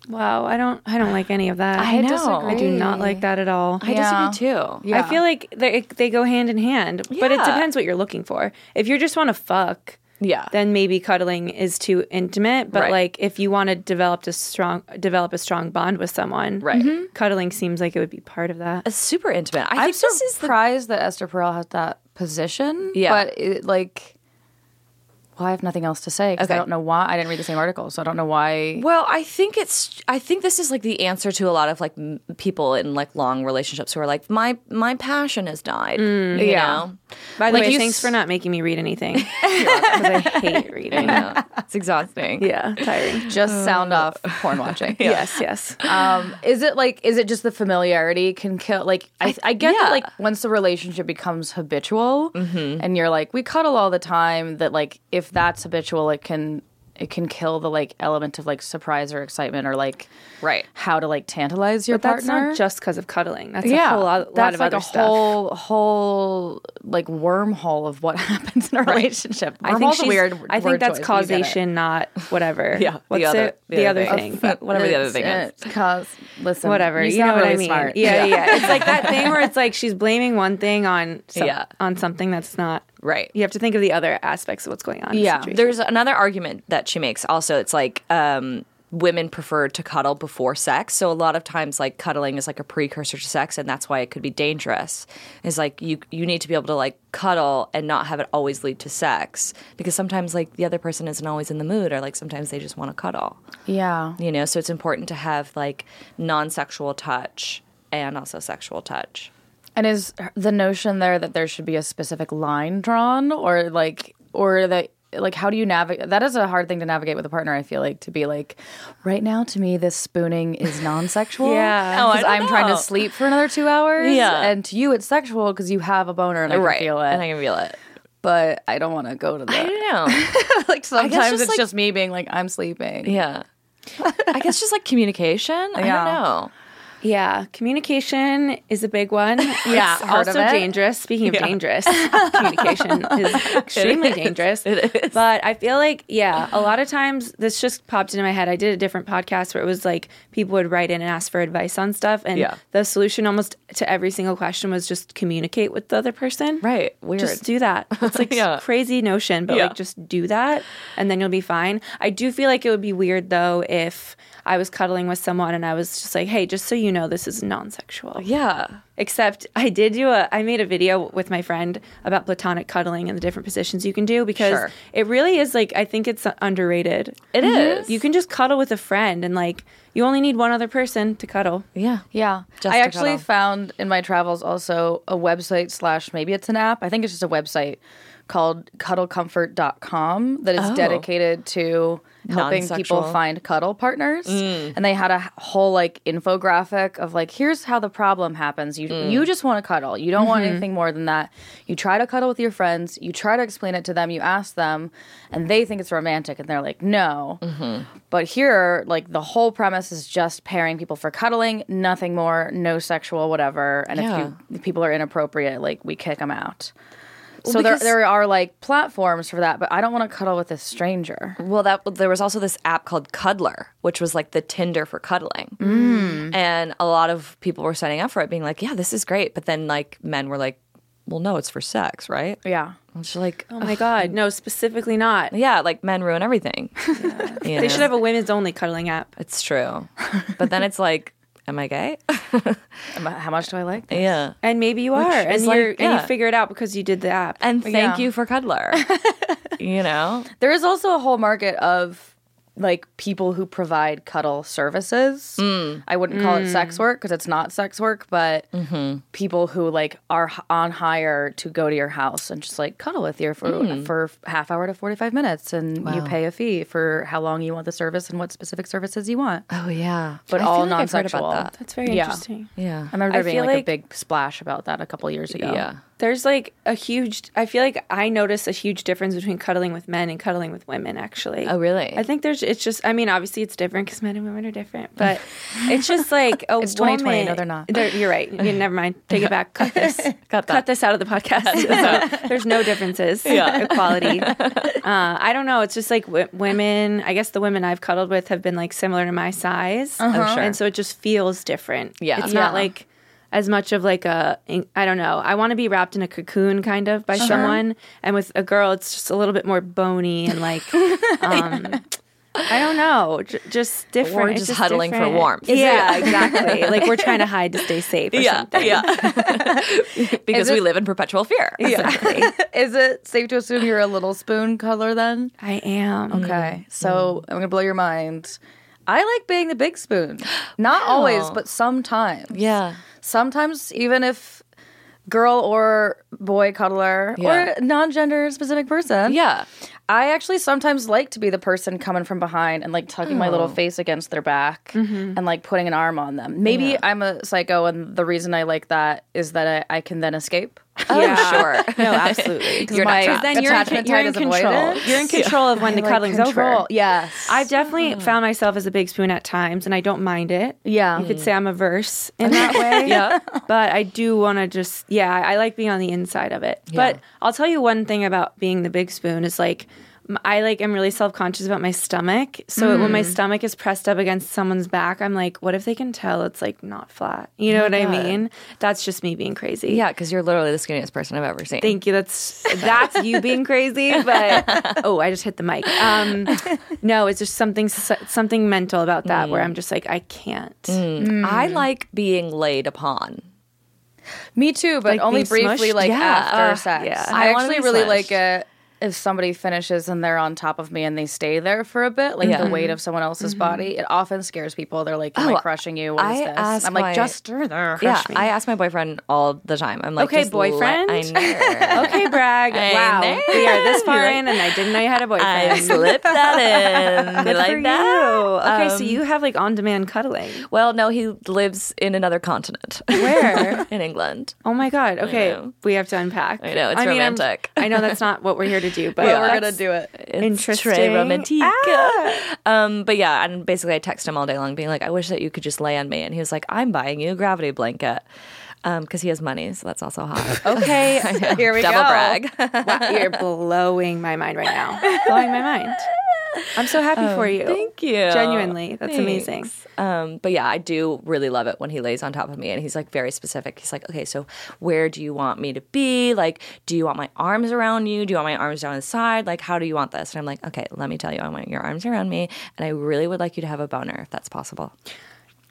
Speaker 3: Wow, I don't. I don't like any of that.
Speaker 2: I know.
Speaker 3: I do not like that at all.
Speaker 2: i disagree too
Speaker 3: I feel like they they go hand in hand, but it
Speaker 2: Yeah.
Speaker 3: depends what you're looking for. If you just want to fuck,
Speaker 4: Yeah.
Speaker 3: then maybe cuddling is too intimate. But
Speaker 2: Right.
Speaker 3: like if you want to develop a strong develop a strong bond with someone,
Speaker 2: Right.
Speaker 4: Mm-hmm.
Speaker 3: Cuddling seems like it would be part of that.
Speaker 2: It's super intimate i
Speaker 4: I'm
Speaker 2: think this is the
Speaker 4: surprised that Esther Perel has that position.
Speaker 2: Yeah.
Speaker 4: but it, like. Well, I have nothing else to say because
Speaker 2: Okay.
Speaker 4: I don't know why I didn't read the same article, so I don't know why.
Speaker 2: Well, I think it's I think this is like the answer to a lot of like m- people in like long relationships who are like my my passion has died. you know?
Speaker 3: By the
Speaker 2: Like,
Speaker 3: way,
Speaker 2: you
Speaker 3: thanks
Speaker 2: s-
Speaker 3: for not making me read anything because I hate reading.
Speaker 2: Yeah. it's exhausting.
Speaker 3: Yeah, tiring.
Speaker 4: Just sound off porn watching.
Speaker 3: Yes, yes.
Speaker 4: um, is it like is it just the familiarity can kill like i, I get
Speaker 2: yeah.
Speaker 4: that like once the relationship becomes habitual
Speaker 3: Mm-hmm.
Speaker 4: and you're like we cuddle all the time that like if that's habitual it can it can kill the like element of like surprise or excitement or like
Speaker 2: Right.
Speaker 4: how to like tantalize your
Speaker 3: But that's
Speaker 4: partner
Speaker 3: not just because of cuddling. That's
Speaker 4: yeah,
Speaker 3: a whole lot, lot
Speaker 4: that's
Speaker 3: of
Speaker 4: like
Speaker 3: other
Speaker 4: a
Speaker 3: stuff.
Speaker 4: whole whole like wormhole of what happens in a relationship.
Speaker 3: I think
Speaker 4: Wormhole's a
Speaker 3: she's,
Speaker 4: weird.
Speaker 3: I
Speaker 4: word
Speaker 3: think
Speaker 4: choice, but you get
Speaker 3: that's
Speaker 4: it.
Speaker 3: causation, not whatever.
Speaker 2: Yeah, the
Speaker 3: What's
Speaker 2: other-
Speaker 3: it?
Speaker 2: the
Speaker 3: The,
Speaker 2: other
Speaker 3: other
Speaker 2: thing.
Speaker 3: thing.
Speaker 2: But whatever the other
Speaker 4: It's-
Speaker 2: thing is.
Speaker 4: it's Cause listen,
Speaker 3: whatever.
Speaker 4: You,
Speaker 3: You,
Speaker 4: sound
Speaker 3: know what
Speaker 4: really
Speaker 3: I mean?
Speaker 4: Smart.
Speaker 3: Yeah, yeah. It's like that thing where it's like she's blaming one thing on some,
Speaker 2: Yeah.
Speaker 3: on something that's not
Speaker 2: Right.
Speaker 3: You have to think of the other aspects of what's going on. in the
Speaker 4: Yeah,
Speaker 3: situation.
Speaker 2: There's another argument that she makes also. It's like um, women prefer to cuddle before sex. So a lot of times like cuddling is like a precursor to sex and that's why it could be dangerous. Is like you you need to be able to like cuddle and not have it always lead to sex because sometimes like the other person isn't always in the mood or like sometimes they just want to cuddle.
Speaker 4: Yeah.
Speaker 2: You know, so it's important to have like non-sexual touch and also sexual touch.
Speaker 4: And is the notion there that there should be a specific line drawn or like or that like how do you navigate that is a hard thing to navigate with a partner I feel like to be like right now to me this spooning is non-sexual
Speaker 3: Yeah.
Speaker 2: Oh, I
Speaker 4: cuz
Speaker 2: don't
Speaker 4: I'm trying
Speaker 2: know.
Speaker 4: to sleep for another 2 hours
Speaker 2: Yeah.
Speaker 4: and to you it's sexual cuz you have a boner and I can feel it
Speaker 2: And I can feel it.
Speaker 4: but I don't want to go to that
Speaker 2: I don't know.
Speaker 4: like sometimes
Speaker 2: just,
Speaker 4: it's
Speaker 2: like-
Speaker 4: just me being like I'm sleeping
Speaker 2: Yeah. I guess just like communication. I
Speaker 4: Yeah.
Speaker 2: don't know.
Speaker 3: Yeah, communication is a big one.
Speaker 4: Yeah,
Speaker 3: It's
Speaker 4: heard of
Speaker 3: also
Speaker 4: it.
Speaker 3: dangerous. Speaking of dangerous, communication is extremely dangerous. It is. But I feel like, yeah, a lot of times this just popped into my head. I did a different podcast where it was like people would write in and ask for advice on stuff, and
Speaker 2: Yeah.
Speaker 3: the solution almost to every single question was just communicate with the other person.
Speaker 2: Right. Weird.
Speaker 3: Just do that. It's like
Speaker 2: Yeah.
Speaker 3: crazy notion, but
Speaker 2: Yeah.
Speaker 3: like just do that and then you'll be fine. I do feel like it would be weird though if I was cuddling with someone and I was just like, "Hey, just so you know, this is non-sexual."
Speaker 2: yeah.
Speaker 3: Except I did do a I made a video with my friend about platonic cuddling and the different positions you can do because
Speaker 2: Sure.
Speaker 3: it really is like I think it's underrated.
Speaker 2: It is.
Speaker 3: You can just cuddle with a friend and like you only need one other person to cuddle.
Speaker 2: Yeah.
Speaker 4: Yeah.
Speaker 2: Just
Speaker 4: I
Speaker 2: to
Speaker 4: actually
Speaker 2: cuddle.
Speaker 4: found in my travels also a website slash maybe it's an app. I think it's just a website called cuddlecomfort.com that is dedicated to helping
Speaker 2: Oh. Non-sexual. Mm.
Speaker 4: people find cuddle partners. And they had a h- whole like infographic of like here's how the problem happens. You
Speaker 2: Mm.
Speaker 4: you just want to cuddle. You don't want
Speaker 2: Mm-hmm.
Speaker 4: anything more than that. You try to cuddle with your friends, you try to explain it to them, you ask them, and they think it's romantic and they're like, "No." But here, like the whole premise is just pairing people for cuddling, nothing more, no sexual whatever. And
Speaker 2: Yeah.
Speaker 4: if, you, if people are inappropriate, like we kick them out. So
Speaker 2: because-
Speaker 4: there, there are like platforms for that, but I don't want to cuddle with a stranger.
Speaker 2: Well, that there was also this app called Cuddler, which was like the Tinder for cuddling, mm. and a lot of people were signing up for it, being like, "Yeah, this is great," but then like men were like, "Well, no, it's for sex, right?"
Speaker 4: Yeah.
Speaker 2: Which like, "Uh,
Speaker 3: Oh my god, no, specifically not.
Speaker 2: yeah, like men ruin everything. You
Speaker 3: They
Speaker 2: know?
Speaker 3: should have a women's only cuddling app.
Speaker 2: It's true, but then it's like, am I gay?
Speaker 4: Am I- How much do I like? This?
Speaker 2: yeah.
Speaker 3: And maybe you are, and
Speaker 2: is
Speaker 3: you are
Speaker 2: like-
Speaker 3: and
Speaker 2: yeah.
Speaker 3: you figure it out because you did the app.
Speaker 2: And thank
Speaker 4: Yeah.
Speaker 2: you for Cuddler. you know,
Speaker 4: There is also a whole market of like people who provide cuddle services.
Speaker 3: Mm.
Speaker 4: I wouldn't call it sex work because it's not sex work, but
Speaker 3: Mm-hmm.
Speaker 4: people who like are h- on hire to go to your house and just like cuddle with you for
Speaker 3: Mm.
Speaker 4: for half hour to 45 minutes and you pay a fee for how long you want the service and what specific services you want.
Speaker 2: Oh yeah,
Speaker 4: But
Speaker 2: I
Speaker 4: all
Speaker 2: feel like I've heard about
Speaker 4: non-sexual.
Speaker 2: that.
Speaker 3: That's very
Speaker 4: Yeah.
Speaker 3: interesting.
Speaker 2: Yeah,
Speaker 4: I remember there
Speaker 3: I
Speaker 4: being
Speaker 3: feel
Speaker 4: like, a
Speaker 3: like-
Speaker 4: big splash about that a couple years ago.
Speaker 2: yeah.
Speaker 3: There's like a huge. I feel like I notice a huge difference between cuddling with men and cuddling with women. Actually.
Speaker 2: Oh, really?
Speaker 3: I think there's. It's just. I mean, obviously, it's different because men and women are different. But it's just like a
Speaker 4: It's 2020,
Speaker 3: woman.
Speaker 4: no, they're not.
Speaker 3: They're- you're right. You- never mind. Take it back. Cut this. Cut, this out of the podcast. So, there's no differences. Yeah. Equality. Uh, I don't know. It's just like w- women. I guess the women I've cuddled with have been like similar to my size,
Speaker 2: sure.
Speaker 3: and so it just feels different.
Speaker 2: Yeah.
Speaker 3: It's
Speaker 4: Yeah.
Speaker 3: not like as much of like a I don't know. I want to be wrapped in a cocoon kind of by someone, and with a girl, it's just a little bit more bony and like um, I don't know, j- just different.
Speaker 2: Or
Speaker 3: It's
Speaker 2: just huddling for
Speaker 3: different.
Speaker 2: warmth.
Speaker 3: Yeah, exactly. like we're trying to hide to stay safe. Or
Speaker 2: Yeah,
Speaker 3: something.
Speaker 2: yeah. because we live in perpetual fear.
Speaker 3: exactly.
Speaker 4: Is it safe to assume you're a little spoon cuddler then?
Speaker 3: I am.
Speaker 4: Okay,
Speaker 2: Mm-hmm.
Speaker 4: so I'm gonna blow your mind. I like being the big spoon. Not always, but sometimes.
Speaker 2: Yeah.
Speaker 4: Sometimes, even if girl or boy cuddler
Speaker 2: Yeah.
Speaker 4: or non gender specific person.
Speaker 2: Yeah.
Speaker 4: I actually sometimes like to be the person coming from behind and like tucking my
Speaker 2: Oh.
Speaker 4: little face against their back
Speaker 2: Mm-hmm.
Speaker 4: and like putting an arm on them. Maybe I'm a psycho, and the reason I like that is that I, I can then escape.
Speaker 2: Oh, sure.
Speaker 3: No, absolutely.
Speaker 2: You're not
Speaker 4: my-
Speaker 2: trapped.
Speaker 3: then you're in,
Speaker 4: Attachment
Speaker 3: you're
Speaker 4: tied
Speaker 3: in
Speaker 4: is avoided.
Speaker 3: control. You're in control of when the cuddling's over.
Speaker 4: Yes.
Speaker 3: I've definitely found myself as a big spoon at times, and I don't mind it.
Speaker 4: Yeah.
Speaker 3: you could say I'm averse in that way. yeah, but I do want to just yeah, I I like being on the inside of it. But I'll tell you one thing about being the big spoon is like m- I like am really self conscious about my stomach. So when my stomach is pressed up against someone's back, I'm like, what if they can tell it's like not flat? You know what I mean? That's just me being crazy.
Speaker 2: Yeah, because you're literally the skinniest person I've ever seen.
Speaker 3: Thank you. That's that's you being crazy, but oh, I just hit the mic. Um, no, it's just something something mental about that where I'm
Speaker 2: Mm.
Speaker 3: just like I can't. Mm.
Speaker 2: I like being laid upon.
Speaker 4: Me too, but
Speaker 3: Like
Speaker 4: only
Speaker 3: being
Speaker 4: briefly,
Speaker 3: smushed?
Speaker 4: like
Speaker 2: Yeah.
Speaker 4: after
Speaker 2: Ugh,
Speaker 4: sex.
Speaker 2: yeah.
Speaker 4: I,
Speaker 2: I wanna
Speaker 4: actually
Speaker 2: be
Speaker 4: really
Speaker 2: smushed.
Speaker 4: like it if somebody finishes and they're on top of me and they stay there for a bit, like the weight of someone else's body. It often scares people. They're like, "Am I crushing you? What is
Speaker 2: I
Speaker 4: this?"
Speaker 2: ask
Speaker 4: I'm like,
Speaker 2: my-
Speaker 4: "Just stir there."
Speaker 2: Yeah, I ask my boyfriend all the time. I'm like,
Speaker 3: Okay,
Speaker 2: just let-
Speaker 3: boyfriend?
Speaker 2: I know.
Speaker 3: Okay, brag. wow,
Speaker 2: know.
Speaker 3: we are this far in, and I didn't know you had a boyfriend.
Speaker 2: I slip that in. You
Speaker 3: Good
Speaker 2: like
Speaker 3: for
Speaker 2: that? Um,
Speaker 3: you. Okay, so you have like on demand cuddling.
Speaker 2: Well, no, he lives in another continent.
Speaker 3: Where?
Speaker 2: in England.
Speaker 3: Oh my god. Okay,
Speaker 2: know.
Speaker 3: we have to unpack. I
Speaker 2: know, it's
Speaker 3: mean, I'm-
Speaker 2: romantic.
Speaker 3: I know that's not what we're here to do, but
Speaker 4: we're gonna
Speaker 3: that's-
Speaker 4: do it.
Speaker 2: It's très
Speaker 3: Interesting. Ah.
Speaker 2: romantique. Um, but yeah, and basically I text him all day long being like, I wish that you could just lay on me. And he was like, I'm buying you a gravity blanket. Because he has money, so that's also hot.
Speaker 3: Okay,
Speaker 2: Here we Double
Speaker 3: go.
Speaker 2: brag.
Speaker 3: wow, you're blowing my mind right now. blowing my mind. I'm so happy for you.
Speaker 2: Thank you.
Speaker 3: Genuinely, that's amazing.
Speaker 2: Um, but yeah, I do really love it when he lays on top of me and he's like very specific. He's like, okay, so where do you want me to be? Like, do you want my arms around you? Do you want my arms down the side? Like, how do you want this? And I'm like, okay, let me tell you, I want your arms around me. And I really would like you to have a boner if that's possible.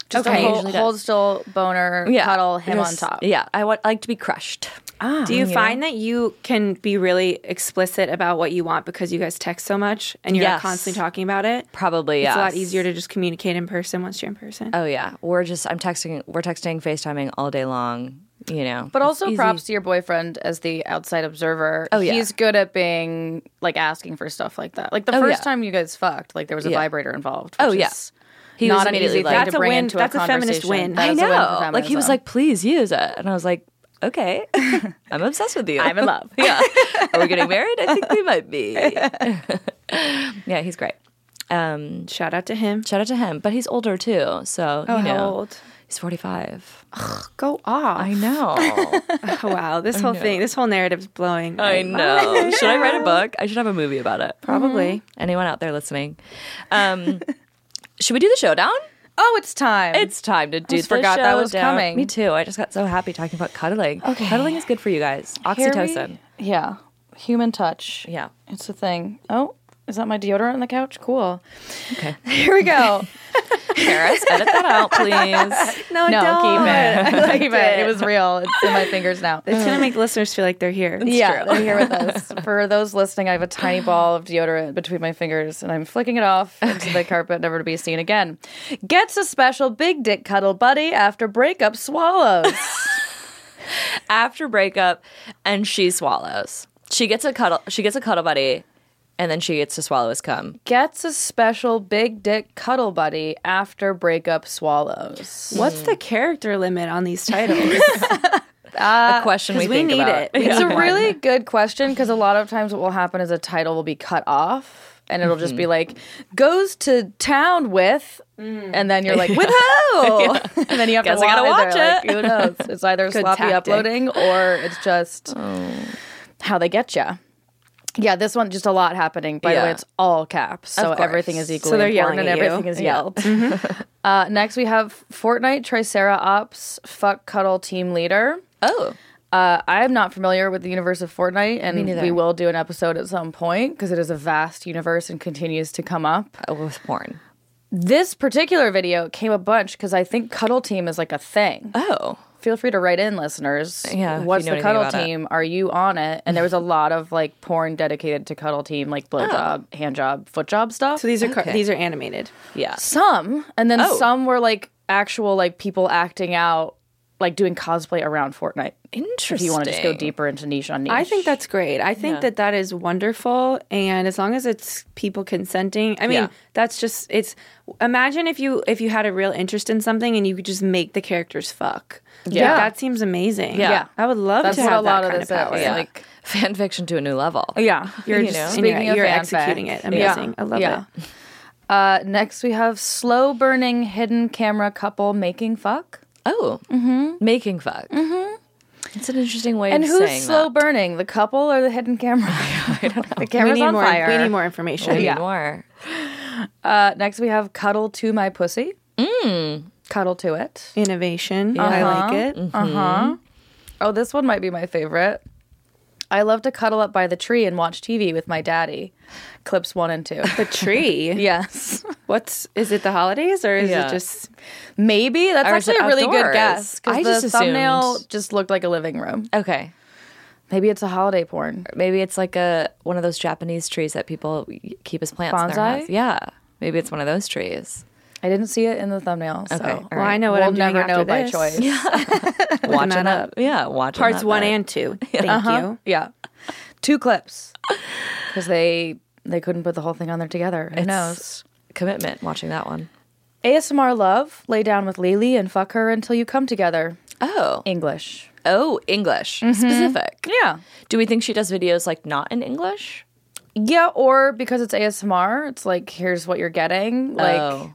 Speaker 4: Just
Speaker 3: Okay.
Speaker 4: a
Speaker 3: Usually
Speaker 4: hold, hold still, boner, cuddle him
Speaker 2: Just-
Speaker 4: on top.
Speaker 2: Yeah, I want, like to be crushed.
Speaker 3: Do you find that you can be really explicit about what you want because you guys text so much and you're
Speaker 2: Yes.
Speaker 3: constantly talking about it?
Speaker 2: Probably,
Speaker 3: It's
Speaker 2: yeah.
Speaker 3: a lot easier to just communicate in person once you're in person.
Speaker 2: Oh, yeah. We're just, I'm texting, we're texting, FaceTiming all day long, you know.
Speaker 4: But also
Speaker 2: Easy.
Speaker 4: props to your boyfriend as the outside observer.
Speaker 2: Oh, yeah.
Speaker 4: He's good at being like asking for stuff like that. Like the first
Speaker 2: yeah.
Speaker 4: time you guys fucked, like there was a
Speaker 2: Yeah.
Speaker 4: vibrator involved.
Speaker 2: Oh,
Speaker 4: which
Speaker 2: yeah.
Speaker 4: is
Speaker 2: He was
Speaker 4: not an easy
Speaker 2: immediately
Speaker 4: thing
Speaker 2: like-
Speaker 3: That's
Speaker 4: to
Speaker 3: a
Speaker 4: bring
Speaker 3: win.
Speaker 4: into
Speaker 3: That's a
Speaker 4: a
Speaker 3: feminist
Speaker 4: conversation.
Speaker 3: win.
Speaker 4: That
Speaker 2: I
Speaker 4: is a win for
Speaker 2: know. Like he was
Speaker 4: feminism.
Speaker 2: like, please use it. And I was like, okay. I'm obsessed with you.
Speaker 4: I'm in love.
Speaker 2: yeah. Are we getting married? I think we might be. yeah, he's great. Um,
Speaker 3: Shout out to him.
Speaker 2: shout out to him. But he's older too. So,
Speaker 3: Oh,
Speaker 2: you know.
Speaker 3: how old?
Speaker 2: He's 45.
Speaker 3: Go off.
Speaker 2: I know.
Speaker 3: Oh, wow. This whole thing, this whole narrative's blowing.
Speaker 2: I
Speaker 3: my
Speaker 2: know. Should I write a book? I should have a movie about it. Mm-hmm.
Speaker 3: Probably.
Speaker 2: Anyone out there listening? Um, should we do the showdown?
Speaker 4: oh, it's time.
Speaker 2: It's time to do
Speaker 4: just
Speaker 2: the
Speaker 4: forgot that was
Speaker 2: showdown.
Speaker 4: coming.
Speaker 2: Me too. I just got so happy talking about cuddling. Okay. Cuddling is good for you guys.
Speaker 4: Here we-
Speaker 2: Oxytocin.
Speaker 4: Yeah. Human touch.
Speaker 2: Yeah.
Speaker 4: It's a thing. Oh, is that my deodorant on the couch? Cool. Okay. Here we go.
Speaker 2: Paris, edit that out, please.
Speaker 3: No,
Speaker 4: no,
Speaker 3: don't.
Speaker 4: keep it.
Speaker 3: I liked
Speaker 4: keep it. it. was real. It's in my fingers now.
Speaker 3: It's going to make listeners feel like they're here.
Speaker 4: yeah, they're here with us. For those listening, I have a tiny ball of deodorant between my fingers, and I'm flicking it off into the carpet, never to be seen again. Gets a special big dick cuddle buddy after breakup swallows.
Speaker 2: After breakup, and she swallows. She gets a cuddle. She gets a cuddle buddy, and then she gets to swallow his cum.
Speaker 4: Gets a special big dick cuddle buddy after breakup swallows.
Speaker 3: What's the character limit on these titles?
Speaker 2: a question we,
Speaker 3: 'cause we
Speaker 2: think
Speaker 3: need
Speaker 2: about.
Speaker 3: it. We
Speaker 4: It's a
Speaker 3: Yeah.
Speaker 4: really good question because a lot of times what will happen is a title will be cut off and it'll just be like goes to town with and then you're like with who and then you have
Speaker 2: Guess
Speaker 4: to
Speaker 2: I gotta
Speaker 4: watch
Speaker 2: watch
Speaker 4: it. Like, who knows? It's either sloppy
Speaker 3: tactic.
Speaker 4: uploading or it's just how they get you. Yeah, this one just a lot happening. By the
Speaker 2: Yeah.
Speaker 4: way, it's all caps, so
Speaker 2: course.
Speaker 4: everything is
Speaker 2: So
Speaker 4: equally
Speaker 3: they're
Speaker 4: important and
Speaker 3: yelling at you.
Speaker 4: everything is yelled. uh, next, we have Fortnite Tricera Ops Fuck Cuddle Team Leader.
Speaker 2: Oh,
Speaker 4: Uh, I am not familiar with the universe of Fortnite, and we will do an episode at some point because it is a vast universe and continues to come up.
Speaker 2: oh, with porn.
Speaker 4: This particular video came a bunch because I think Cuddle Team is like a thing.
Speaker 2: Oh,
Speaker 4: Feel free to write in, listeners.
Speaker 2: Yeah, if you
Speaker 4: what's
Speaker 2: know
Speaker 4: the
Speaker 2: anything
Speaker 4: Cuddle
Speaker 2: about it.
Speaker 4: Team? Are you on it? And there was a lot of like porn dedicated to Cuddle Team, like blowjob,
Speaker 2: Oh.
Speaker 4: hand job, foot job stuff.
Speaker 3: so these are, car- these are animated.
Speaker 2: yeah.
Speaker 4: some, and then
Speaker 2: Oh.
Speaker 4: some were like actual like people acting out, like doing cosplay around Fortnite.
Speaker 2: Interesting.
Speaker 4: If you want to just go deeper into niche on niche,
Speaker 3: I think that's great. I think that that is wonderful. And as long as it's people consenting, I mean,
Speaker 2: Yeah.
Speaker 3: that's just, it's, imagine if you, if you had a real interest in something and you could just make the characters fuck. Yeah. that seems amazing.
Speaker 2: Yeah.
Speaker 3: I would love
Speaker 4: That's
Speaker 3: to
Speaker 4: what
Speaker 3: have
Speaker 4: a lot
Speaker 3: that
Speaker 4: of
Speaker 3: kind
Speaker 4: this
Speaker 3: of power.
Speaker 4: is.
Speaker 2: Yeah.
Speaker 4: Like-
Speaker 2: fan fiction to a new level.
Speaker 4: Oh, Yeah,
Speaker 3: You're
Speaker 2: You
Speaker 3: just,
Speaker 2: know.
Speaker 3: and
Speaker 4: Speaking
Speaker 3: you're,
Speaker 4: of
Speaker 3: you're
Speaker 4: fanfic.
Speaker 3: executing it.
Speaker 4: Yeah.
Speaker 3: Amazing. I love
Speaker 4: Yeah.
Speaker 3: it.
Speaker 4: Uh, next, we have slow burning hidden camera couple making fuck.
Speaker 2: Oh, mm-hmm. making fuck. Mm-hmm. It's an interesting way
Speaker 4: And
Speaker 2: of
Speaker 4: who's
Speaker 2: saying
Speaker 4: slow
Speaker 2: that.
Speaker 4: burning? The couple or the hidden camera? I don't know. The
Speaker 3: We
Speaker 4: camera's
Speaker 3: need
Speaker 4: on
Speaker 3: more.
Speaker 4: fire.
Speaker 3: We need more information.
Speaker 2: We need more.
Speaker 4: Uh, next, we have cuddle to my pussy. Mm. Cuddle to it.
Speaker 3: Innovation. I like it.
Speaker 4: Uh-huh. Oh, this one might be my favorite. I love to cuddle up by the tree and watch TV with my daddy. Clips one and two.
Speaker 3: The tree.
Speaker 4: yes.
Speaker 3: What's is it? The holidays or is
Speaker 2: Yeah.
Speaker 3: it just?
Speaker 4: Maybe. That's
Speaker 2: Or is
Speaker 4: actually a
Speaker 2: it
Speaker 4: really good
Speaker 2: outdoors?
Speaker 4: guess.
Speaker 2: I
Speaker 4: Because the
Speaker 2: just assumed-
Speaker 4: thumbnail just looked like a living room.
Speaker 2: Okay.
Speaker 4: Maybe it's a holiday porn.
Speaker 2: Maybe it's like a one of those Japanese trees that people keep as plants. In their
Speaker 4: Bonsai?
Speaker 2: house. Yeah. Maybe it's one of those trees.
Speaker 4: I didn't see it in the thumbnail. So
Speaker 2: Okay, all
Speaker 3: Well, I know what
Speaker 4: we'll
Speaker 3: I'm doing
Speaker 4: never
Speaker 3: after
Speaker 4: know by
Speaker 3: this.
Speaker 4: choice.
Speaker 2: Watching
Speaker 3: that
Speaker 2: that-
Speaker 3: up.
Speaker 2: Yeah. Watching
Speaker 3: Parts
Speaker 2: that
Speaker 3: one
Speaker 2: back.
Speaker 3: and two. Thank you.
Speaker 4: Yeah. Two clips. Because they they couldn't put the whole thing on there together. Who knows?
Speaker 2: commitment. Watching that one.
Speaker 4: ASMR love, lay down with Lily and fuck her until you come together.
Speaker 2: Oh.
Speaker 4: English.
Speaker 2: Oh, English specific.
Speaker 4: Yeah.
Speaker 2: Do we think she does videos like not in English?
Speaker 4: Yeah, or because it's ASMR, it's like here's what you're getting. Like
Speaker 2: Oh.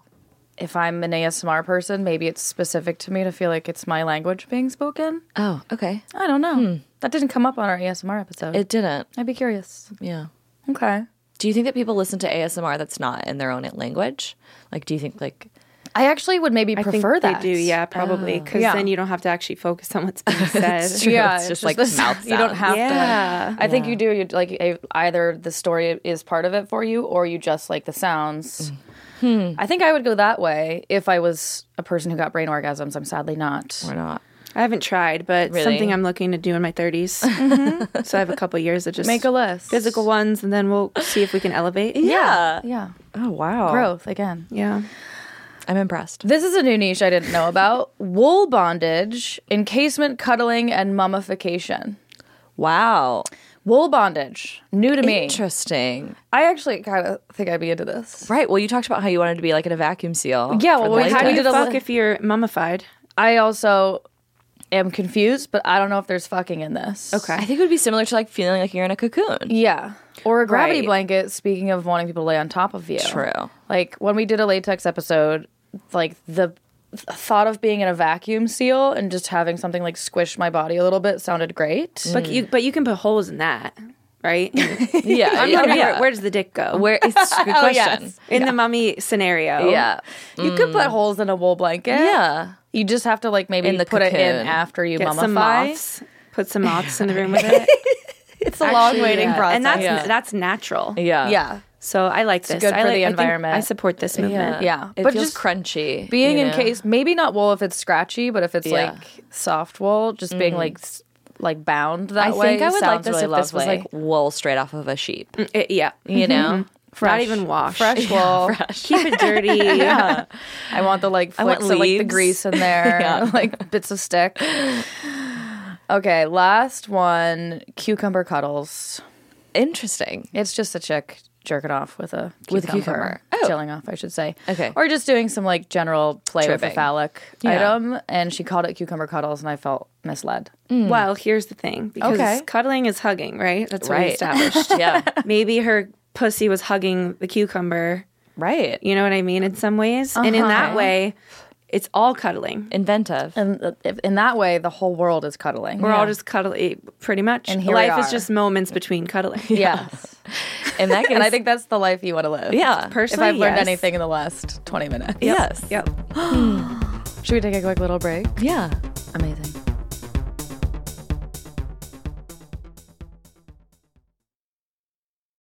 Speaker 4: if I'm an ASMR person, maybe it's specific to me to feel like it's my language being spoken.
Speaker 2: Oh, okay.
Speaker 4: I don't know. That didn't come up on our ASMR episode.
Speaker 2: It didn't.
Speaker 4: I'd be curious.
Speaker 2: Yeah.
Speaker 4: Okay.
Speaker 2: Do you think that people listen to ASMR that's not in their own language? Like, do you think like
Speaker 4: I actually would maybe
Speaker 3: I think
Speaker 4: prefer that. Oh.
Speaker 3: they do. Yeah, probably because
Speaker 4: Yeah.
Speaker 3: then you don't have to actually focus on what's being said.
Speaker 2: true.
Speaker 4: Yeah,
Speaker 2: it's, just,
Speaker 4: it's
Speaker 2: like
Speaker 4: just the-
Speaker 2: mouth
Speaker 4: you don't
Speaker 2: sounds?
Speaker 4: have to.
Speaker 3: yeah.
Speaker 4: I think you do. You like a- either the story is part of it for you, or you just like the sounds. I think I would go that way if I was a person who got brain orgasms. I'm sadly not.
Speaker 2: Or not.
Speaker 3: I haven't tried, but
Speaker 2: Really?
Speaker 3: something I'm looking to do in my 30s. So I have a couple years of just
Speaker 4: Mm-hmm. Make a list.
Speaker 3: physical ones, and then we'll see if we can elevate.
Speaker 2: Yeah.
Speaker 4: Yeah,
Speaker 2: Oh wow.
Speaker 4: growth again.
Speaker 3: Yeah.
Speaker 2: I'm impressed.
Speaker 4: This is a new niche I didn't know about: wool bondage, encasement cuddling, and mummification.
Speaker 2: Wow.
Speaker 4: Wool bondage, new to me.
Speaker 2: Interesting.
Speaker 4: I actually kind of think I'd be into this.
Speaker 2: Right. Well, you talked about how you wanted to be like in a vacuum seal.
Speaker 4: Yeah,
Speaker 2: for
Speaker 4: well, we
Speaker 2: the
Speaker 4: had-
Speaker 3: How do
Speaker 4: we
Speaker 3: you
Speaker 4: did a
Speaker 3: fuck
Speaker 4: li-
Speaker 3: if you're mummified?
Speaker 4: I also am confused, but I don't know if there's fucking in this.
Speaker 3: Okay.
Speaker 2: I think it would be similar to like feeling like you're in a cocoon.
Speaker 4: Yeah. Or a gravity
Speaker 2: Right.
Speaker 4: blanket, speaking of wanting people to lay on top of you.
Speaker 2: True.
Speaker 4: Like when we did a latex episode, like the th- thought of being in a vacuum seal and just having something like squish my body a little bit sounded great.
Speaker 3: But you but you can put holes in that, right?
Speaker 2: Yeah.
Speaker 3: I'm
Speaker 2: yeah,
Speaker 3: wondering
Speaker 2: yeah.
Speaker 3: where, where does the dick go?
Speaker 2: Where it's a good
Speaker 4: Oh,
Speaker 2: question.
Speaker 3: in the mummy scenario?
Speaker 2: Yeah.
Speaker 4: You could put holes in a wool blanket.
Speaker 2: Mm. Yeah.
Speaker 4: You just have to like maybe
Speaker 2: In the
Speaker 4: put it in
Speaker 2: cocoon.
Speaker 4: after you
Speaker 3: Get
Speaker 4: mummify.
Speaker 3: some moths. Put some moths in the room with it.
Speaker 4: It's a long waiting
Speaker 3: Yeah.
Speaker 4: process.
Speaker 3: And that's that's natural.
Speaker 2: Yeah.
Speaker 4: yeah.
Speaker 3: So I like this.
Speaker 4: good
Speaker 3: I
Speaker 4: for
Speaker 3: like-
Speaker 4: the
Speaker 3: I think
Speaker 4: environment.
Speaker 3: I support this movement.
Speaker 4: Yeah.
Speaker 2: It
Speaker 4: But
Speaker 2: feels
Speaker 4: just
Speaker 2: crunchy.
Speaker 4: being
Speaker 2: you know?
Speaker 4: encased maybe not wool if it's scratchy but if it's
Speaker 2: Yeah. Mm.
Speaker 4: like soft wool just being like s- like bound that
Speaker 2: I
Speaker 4: way
Speaker 2: think I would like
Speaker 4: sounds
Speaker 2: this
Speaker 4: really
Speaker 2: if this was
Speaker 4: lovely. Mm-hmm.
Speaker 2: like wool straight off of a sheep.
Speaker 3: Yeah. yeah.
Speaker 2: You know.
Speaker 3: Not even wash.
Speaker 4: fresh wool
Speaker 3: Keep it dirty. yeah.
Speaker 4: i want the like
Speaker 2: want
Speaker 4: flecks of like the
Speaker 2: leaves.
Speaker 4: grease in there
Speaker 2: Yeah.
Speaker 4: like bits of stick okay last one cucumber cuddles
Speaker 2: Interesting.
Speaker 4: it's just a chick jerking off with a cucumber,
Speaker 2: With a cucumber. Oh.
Speaker 4: chilling off i should say
Speaker 2: Okay.
Speaker 4: or just doing some like general play with
Speaker 2: Tripping.
Speaker 4: a phallic
Speaker 2: Yeah.
Speaker 4: item and she called it cucumber cuddles and i felt misled
Speaker 3: Well, here's the thing. Because
Speaker 4: Hmm. Okay.
Speaker 3: cuddling is hugging, right? That's what
Speaker 2: Right.
Speaker 3: we established.
Speaker 2: Yeah.
Speaker 3: Maybe her pussy was hugging the cucumber.
Speaker 2: right.
Speaker 3: You know what I mean? In some ways. And in
Speaker 4: Uh-huh.
Speaker 3: that way, it's all cuddling.
Speaker 2: Inventive.
Speaker 4: And uh, if- in that way, the whole world is cuddling.
Speaker 3: We're all just cuddling, pretty much.
Speaker 4: And here we
Speaker 3: Life
Speaker 4: are.
Speaker 3: is just moments between cuddling.
Speaker 4: yes.
Speaker 2: In that case,
Speaker 4: and I think that's the life you want to live.
Speaker 2: Yeah.
Speaker 3: Personally,
Speaker 4: if I've learned
Speaker 3: yes.
Speaker 4: anything in the last 20 minutes.
Speaker 2: yes.
Speaker 3: Yep.
Speaker 4: Should we take a quick little break?
Speaker 2: Yeah.
Speaker 4: Amazing.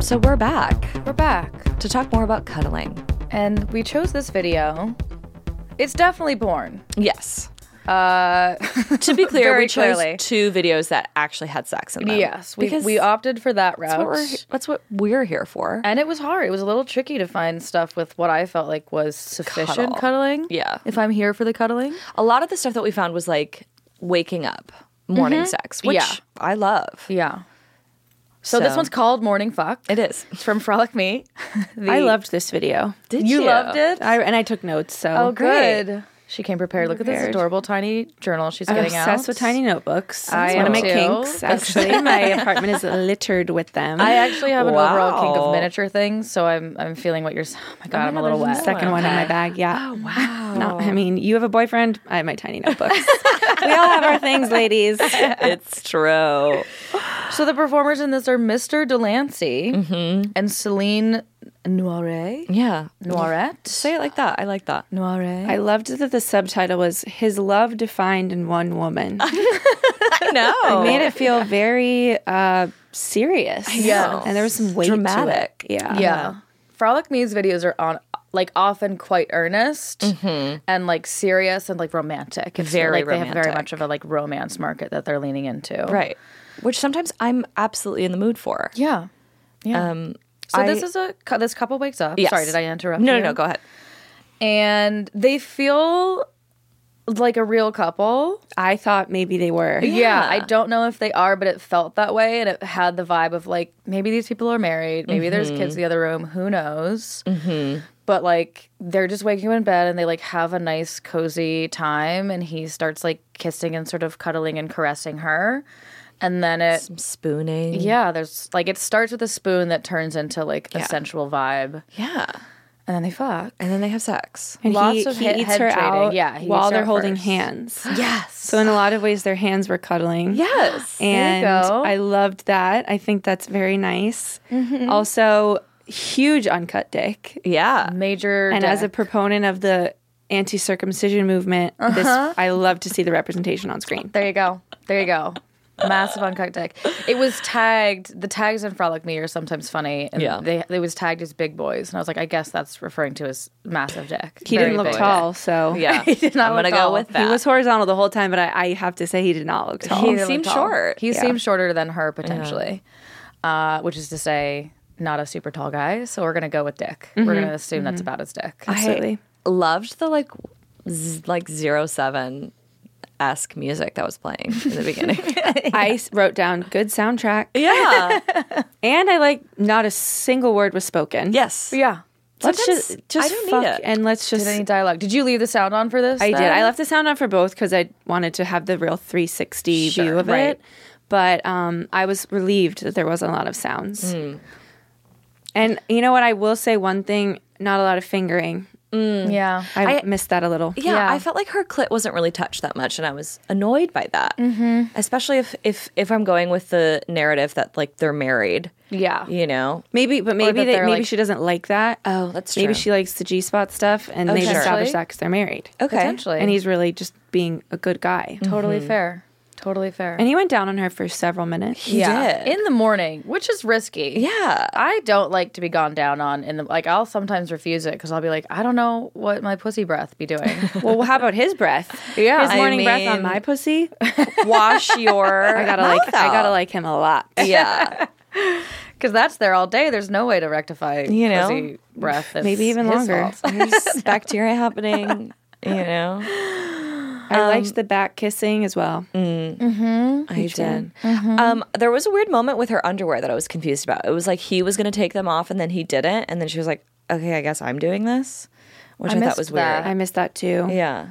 Speaker 2: So we're back
Speaker 4: We're back.
Speaker 2: to talk more about cuddling.
Speaker 4: And we chose this video. It's definitely porn.
Speaker 2: Yes.
Speaker 4: Uh,
Speaker 2: To be clear,
Speaker 4: Very
Speaker 2: we chose
Speaker 4: clearly.
Speaker 2: two videos that actually had sex in them.
Speaker 4: yes, we,
Speaker 2: because
Speaker 4: we opted for that route.
Speaker 2: that's what, we're, that's what we're here for.
Speaker 4: and it was hard. It was a little tricky to find stuff with what I felt like was sufficient
Speaker 2: Cuddle.
Speaker 4: cuddling.
Speaker 2: Yeah.
Speaker 4: If I'm here for the cuddling.
Speaker 2: A lot of the stuff that we found was like waking up, morning sex, which
Speaker 4: Mm-hmm. Yeah.
Speaker 2: I love.
Speaker 4: Yeah. So, this
Speaker 2: So-
Speaker 4: one's called Morning Fuck.
Speaker 2: It is.
Speaker 4: It's from Frolic Me.
Speaker 3: I loved this video.
Speaker 2: Did
Speaker 4: You
Speaker 2: you?
Speaker 4: loved it?
Speaker 3: I and I took notes. So
Speaker 4: Oh,
Speaker 2: great.
Speaker 4: good. She came prepared. Look at this
Speaker 3: Prepared.
Speaker 4: adorable tiny journal she's
Speaker 3: I'm
Speaker 4: getting
Speaker 3: obsessed
Speaker 4: out.
Speaker 3: with tiny notebooks.
Speaker 4: I
Speaker 3: It's one of
Speaker 4: am
Speaker 3: my
Speaker 4: too.
Speaker 3: kinks. Actually, my apartment is littered with them.
Speaker 4: I actually have an overall kink
Speaker 2: Wow.
Speaker 4: of miniature things, so I'm I'm feeling what you're. s- Oh my god, I'm a little wet.
Speaker 3: second one in my bag. Yeah. Oh wow. no, I mean, you have a boyfriend. I have my tiny notebooks. we all have our things, ladies.
Speaker 2: It's true.
Speaker 4: So the performers in this are Mr. Delancey
Speaker 2: Mm-hmm.
Speaker 4: and Celine Noiret.
Speaker 2: Yeah.
Speaker 4: Noiret.
Speaker 2: Say it like that. I like that.
Speaker 4: Noiret.
Speaker 3: I loved that the subtitle was "His Love Defined in One Woman."
Speaker 2: No.
Speaker 3: It made it feel very uh, serious.
Speaker 2: know.
Speaker 3: and there was some weight to it.
Speaker 2: Dramatic.
Speaker 3: Yeah,
Speaker 4: Yeah. Frolic Me's videos are on like often quite earnest and like serious and like romantic. It's
Speaker 2: Mm-hmm. Very
Speaker 4: like they have very
Speaker 2: romantic.
Speaker 4: much of a like romance market that they're leaning into.
Speaker 2: Right. Which sometimes I'm absolutely in the mood for.
Speaker 4: Yeah. Yeah.
Speaker 2: Um,
Speaker 4: so
Speaker 2: I-
Speaker 4: this is a cou- this couple wakes up.
Speaker 2: Yes.
Speaker 4: Sorry, did I interrupt?
Speaker 2: No,
Speaker 4: you?
Speaker 2: no, no. Go ahead.
Speaker 4: And they feel like a real couple.
Speaker 3: I thought maybe they were.
Speaker 4: Yeah. I don't know if they are, but it felt that way. And it had the vibe of like, maybe these people are married. Maybe there's kids in the other room. Who knows? But like, they're just waking up in bed and they like have a nice, cozy time. And he starts like kissing and sort of cuddling and caressing her. And then it,
Speaker 2: Some spooning.
Speaker 4: yeah, there's like, it starts with a spoon that turns into like a sensual vibe.
Speaker 2: Yeah.
Speaker 4: And then they fuck.
Speaker 2: And then they have sex.
Speaker 3: And
Speaker 4: Lots
Speaker 3: he,
Speaker 4: of
Speaker 3: he
Speaker 4: head-
Speaker 3: eats
Speaker 4: head
Speaker 3: her
Speaker 4: trading.
Speaker 3: out
Speaker 4: Yeah, he eats
Speaker 3: while
Speaker 4: her
Speaker 3: they're
Speaker 4: out
Speaker 3: holding
Speaker 4: first.
Speaker 3: hands.
Speaker 2: Yes.
Speaker 3: So in a lot of ways, their hands were cuddling.
Speaker 2: yes.
Speaker 3: and
Speaker 4: go.
Speaker 3: I loved that. I think that's very nice. Also, huge uncut dick.
Speaker 2: Yeah.
Speaker 4: Major.
Speaker 3: And as a
Speaker 4: dick.
Speaker 3: proponent of the anti-circumcision movement, this I love to see the representation on screen.
Speaker 4: There you go. There you go. Massive uncut dick. It was tagged. The tags in Frolic Me are sometimes funny. And
Speaker 2: Yeah.
Speaker 4: They, it was tagged as big boys. And I was like, I guess that's referring to his massive dick.
Speaker 3: He
Speaker 4: Very
Speaker 3: didn't look
Speaker 4: big.
Speaker 3: tall, so
Speaker 2: Yeah.
Speaker 4: He did not
Speaker 2: I'm going to
Speaker 4: look
Speaker 2: go
Speaker 4: tall.
Speaker 2: with that.
Speaker 3: he was horizontal the whole time. But I, I have to say, he did not look tall.
Speaker 2: He
Speaker 4: didn't look
Speaker 2: seemed
Speaker 4: tall.
Speaker 2: short.
Speaker 4: He seemed shorter than her potentially, uh, which is to say, not a super tall guy. So we're going to go with dick.
Speaker 3: Mm-hmm.
Speaker 4: We're going to assume that's about his dick.
Speaker 3: Absolutely.
Speaker 2: loved the like z- like zero seven esque music that was playing in the beginning.
Speaker 3: I s- wrote down good soundtrack,
Speaker 2: yeah.
Speaker 3: and I like not a single word was spoken.
Speaker 2: Yes.
Speaker 4: yeah.
Speaker 3: let's
Speaker 2: Sometimes
Speaker 3: just
Speaker 2: I
Speaker 3: just
Speaker 2: don't need
Speaker 3: fuck
Speaker 2: it.
Speaker 3: and let's just
Speaker 4: Did any dialogue? Did you leave the sound on for this?
Speaker 3: I did.
Speaker 4: then?
Speaker 3: I left the sound on for both because I wanted to have the real 360 view of it. But um, I was relieved that there wasn't a lot of sounds. And you know what? I will say one thing: not a lot of fingering.
Speaker 4: Yeah.
Speaker 3: I, missed that a little.
Speaker 2: Yeah,
Speaker 4: Yeah.
Speaker 2: I felt like her clit wasn't really touched that much, and I was annoyed by that. Mm-hmm. Especially if if if I'm going with the narrative that like they're married,
Speaker 4: Yeah.
Speaker 3: Mm-hmm.
Speaker 2: you know.
Speaker 3: Maybe, but maybe
Speaker 4: that
Speaker 3: they,
Speaker 4: they're,
Speaker 3: maybe
Speaker 4: like-
Speaker 3: she doesn't like that.
Speaker 2: Oh, that's
Speaker 3: Maybe
Speaker 2: true.
Speaker 3: she likes the G spot stuff, and they've
Speaker 4: sure.
Speaker 3: established that because they're married.
Speaker 2: Okay.
Speaker 4: Potentially.
Speaker 3: And he's really just being a good guy.
Speaker 4: totally fair. Totally fair.
Speaker 3: And he went down on her for several minutes.
Speaker 4: yeah.
Speaker 2: did.
Speaker 4: In the morning, which is risky.
Speaker 2: Yeah.
Speaker 4: I don't like to be gone down on in the like I'll sometimes refuse it cuz I'll be like I don't know what my pussy breath be doing.
Speaker 3: Well, how about his breath?
Speaker 4: Yeah,
Speaker 3: his
Speaker 4: I
Speaker 3: morning breath on
Speaker 2: mean-
Speaker 3: my pussy.
Speaker 2: Wash your.
Speaker 3: I gotta like. I gotta like him a lot.
Speaker 2: Yeah.
Speaker 4: Because that's there all day. There's no way to rectify
Speaker 2: You know?
Speaker 4: pussy breath. It's
Speaker 3: Maybe even
Speaker 4: his
Speaker 3: longer.
Speaker 4: fault.
Speaker 2: There's bacteria happening. You know.
Speaker 3: I liked the back kissing as well.
Speaker 2: I did. Um, there was a weird moment with her underwear that I was confused about. It was like he was going to take them off, and then he didn't, and then she was like, "Okay, I guess I'm doing this," which I, thought
Speaker 4: missed
Speaker 2: was
Speaker 4: that.
Speaker 3: I missed that too.
Speaker 2: weird. Yeah.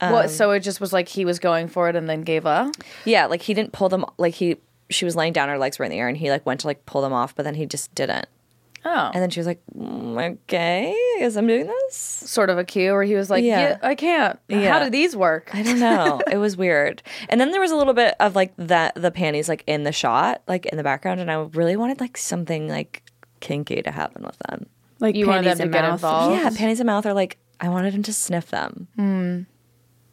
Speaker 2: Um,
Speaker 4: What, so it just was like he was going for it and then gave up.
Speaker 2: Yeah, like he didn't pull them. Like he, she was laying down, her legs were in the air, and he like went to like pull them off, but then he just didn't.
Speaker 4: Oh,
Speaker 2: And then she was like, mm, "Okay, I guess I'm doing this."
Speaker 4: sort of a cue where he was like,
Speaker 2: Yeah.
Speaker 4: "Yeah, I can't.
Speaker 2: Yeah.
Speaker 4: How do these work?"
Speaker 2: I don't know. it was weird. And then there was a little bit of like that the panties like in the shot, like in the background, and I really wanted like something like kinky to happen with them.
Speaker 3: Like
Speaker 4: You wanted
Speaker 3: panties
Speaker 4: them
Speaker 3: and
Speaker 4: to get
Speaker 3: mouth.
Speaker 4: involved.
Speaker 2: Yeah, panties and mouth are like I wanted him to sniff them.
Speaker 4: Hmm.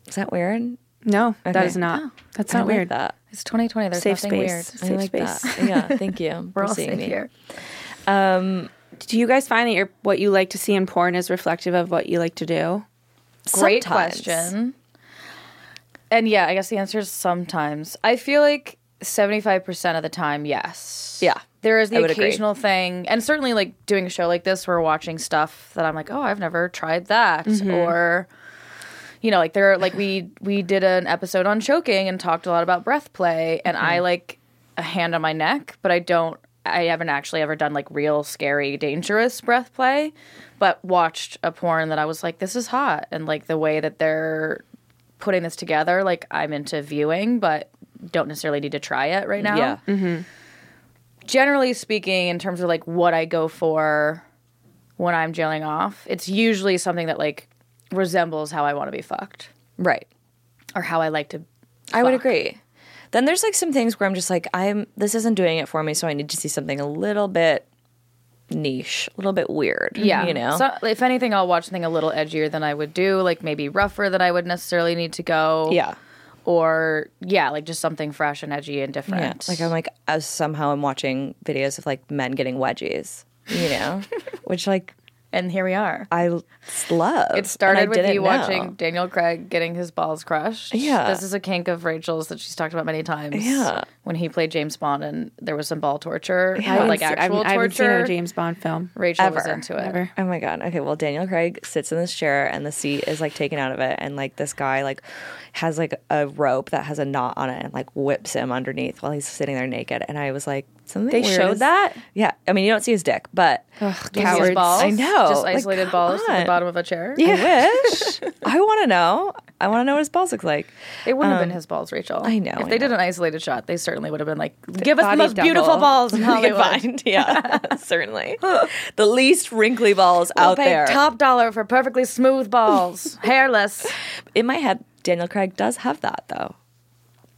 Speaker 2: Is that weird?
Speaker 3: No, that
Speaker 2: Okay.
Speaker 3: is
Speaker 4: Oh.
Speaker 3: not. That's
Speaker 2: I
Speaker 3: not
Speaker 2: like
Speaker 3: weird.
Speaker 2: that.
Speaker 4: It's 2020. There's
Speaker 3: Safe
Speaker 4: nothing
Speaker 3: space.
Speaker 4: weird.
Speaker 3: Safe
Speaker 2: I like
Speaker 3: space.
Speaker 2: that. Yeah, thank you.
Speaker 4: We're
Speaker 2: for
Speaker 4: all
Speaker 2: seeing
Speaker 4: safe
Speaker 2: me. Um,
Speaker 4: here.
Speaker 3: Do you guys find that your what you like to see in porn is reflective of what you like to do?
Speaker 4: Great
Speaker 2: Sometimes.
Speaker 4: question. And yeah, I guess the answer is sometimes. I feel like 75% of the time, yes.
Speaker 2: Yeah.
Speaker 4: There is
Speaker 2: I
Speaker 4: the
Speaker 2: would agree.
Speaker 4: occasional thing. And certainly, like doing a show like this, we're watching stuff that I'm like, oh, I've never tried that.
Speaker 2: Mm-hmm.
Speaker 4: Or. You know, like there, like we we did an episode on choking and talked a lot about breath play, and I
Speaker 2: Mm-hmm.
Speaker 4: like a hand on my neck, but I don't. I haven't actually ever done like real scary, dangerous breath play, but watched a porn that I was like, this is hot. And like the way that they're putting this together, like I'm into viewing, but don't necessarily need to try it right now.
Speaker 2: Yeah.
Speaker 4: Generally speaking, in terms of like what I go for when I'm jailing off, it's usually something that like resembles how I want to be fucked
Speaker 2: Right.
Speaker 4: or how I like to.
Speaker 2: I would agree. Then there's like some things where I'm just like, I'm this isn't doing it for me, so I need to see something a little bit niche, a little bit weird.
Speaker 4: Yeah.
Speaker 2: You know?
Speaker 4: So, if anything, I'll watch something a little edgier than I would do, like maybe rougher than I would necessarily need to go.
Speaker 2: yeah.
Speaker 4: Or, yeah, like just something fresh and edgy and different.
Speaker 2: Yeah. Like I'm like I was- somehow I'm watching videos of like men getting wedgies, you know? Which like
Speaker 4: and here we are.
Speaker 2: I l- love. and I
Speaker 4: It started with
Speaker 2: didn't
Speaker 4: you
Speaker 2: know.
Speaker 4: watching Daniel Craig getting his balls crushed.
Speaker 2: Yeah.
Speaker 4: This is a kink of Rachel's that she's talked about many times.
Speaker 2: Yeah.
Speaker 4: When he played James Bond and there was some ball torture,
Speaker 3: haven't
Speaker 4: like
Speaker 3: se- I've-
Speaker 4: actual
Speaker 3: I haven't seen
Speaker 4: torture.
Speaker 3: a James Bond film.
Speaker 4: Rachel was
Speaker 2: Ever.
Speaker 4: into it.
Speaker 3: Ever.
Speaker 2: Oh my god. Okay, well Daniel Craig sits in this chair and the seat is like taken out of it and like this guy like has like a rope that has a knot on it and like whips him underneath while he's sitting there naked and I was like something
Speaker 3: They
Speaker 2: weird
Speaker 3: showed
Speaker 2: is-
Speaker 3: that?
Speaker 2: Yeah. I mean you don't see his dick, but
Speaker 4: Do you see his
Speaker 3: Cowards.
Speaker 4: balls?
Speaker 2: I know.
Speaker 4: Just
Speaker 2: Like,
Speaker 4: isolated
Speaker 2: come
Speaker 4: balls at
Speaker 2: on.
Speaker 4: the bottom of a chair.
Speaker 2: I wish. I wanna know. I wanna know what his balls look like.
Speaker 4: It wouldn't have been his balls, Rachel.
Speaker 2: Um, I know,
Speaker 4: If
Speaker 2: I
Speaker 4: they did
Speaker 2: know.
Speaker 4: an isolated shot, they certainly would have been like, give us the
Speaker 3: body
Speaker 4: most beautiful
Speaker 3: double.
Speaker 4: balls in
Speaker 2: You can
Speaker 4: Hollywood.
Speaker 2: find. Yeah. certainly. The least wrinkly balls out
Speaker 4: Pay
Speaker 2: there.
Speaker 4: top dollar for perfectly smooth balls, hairless.
Speaker 2: in my head, Daniel Craig does have that though.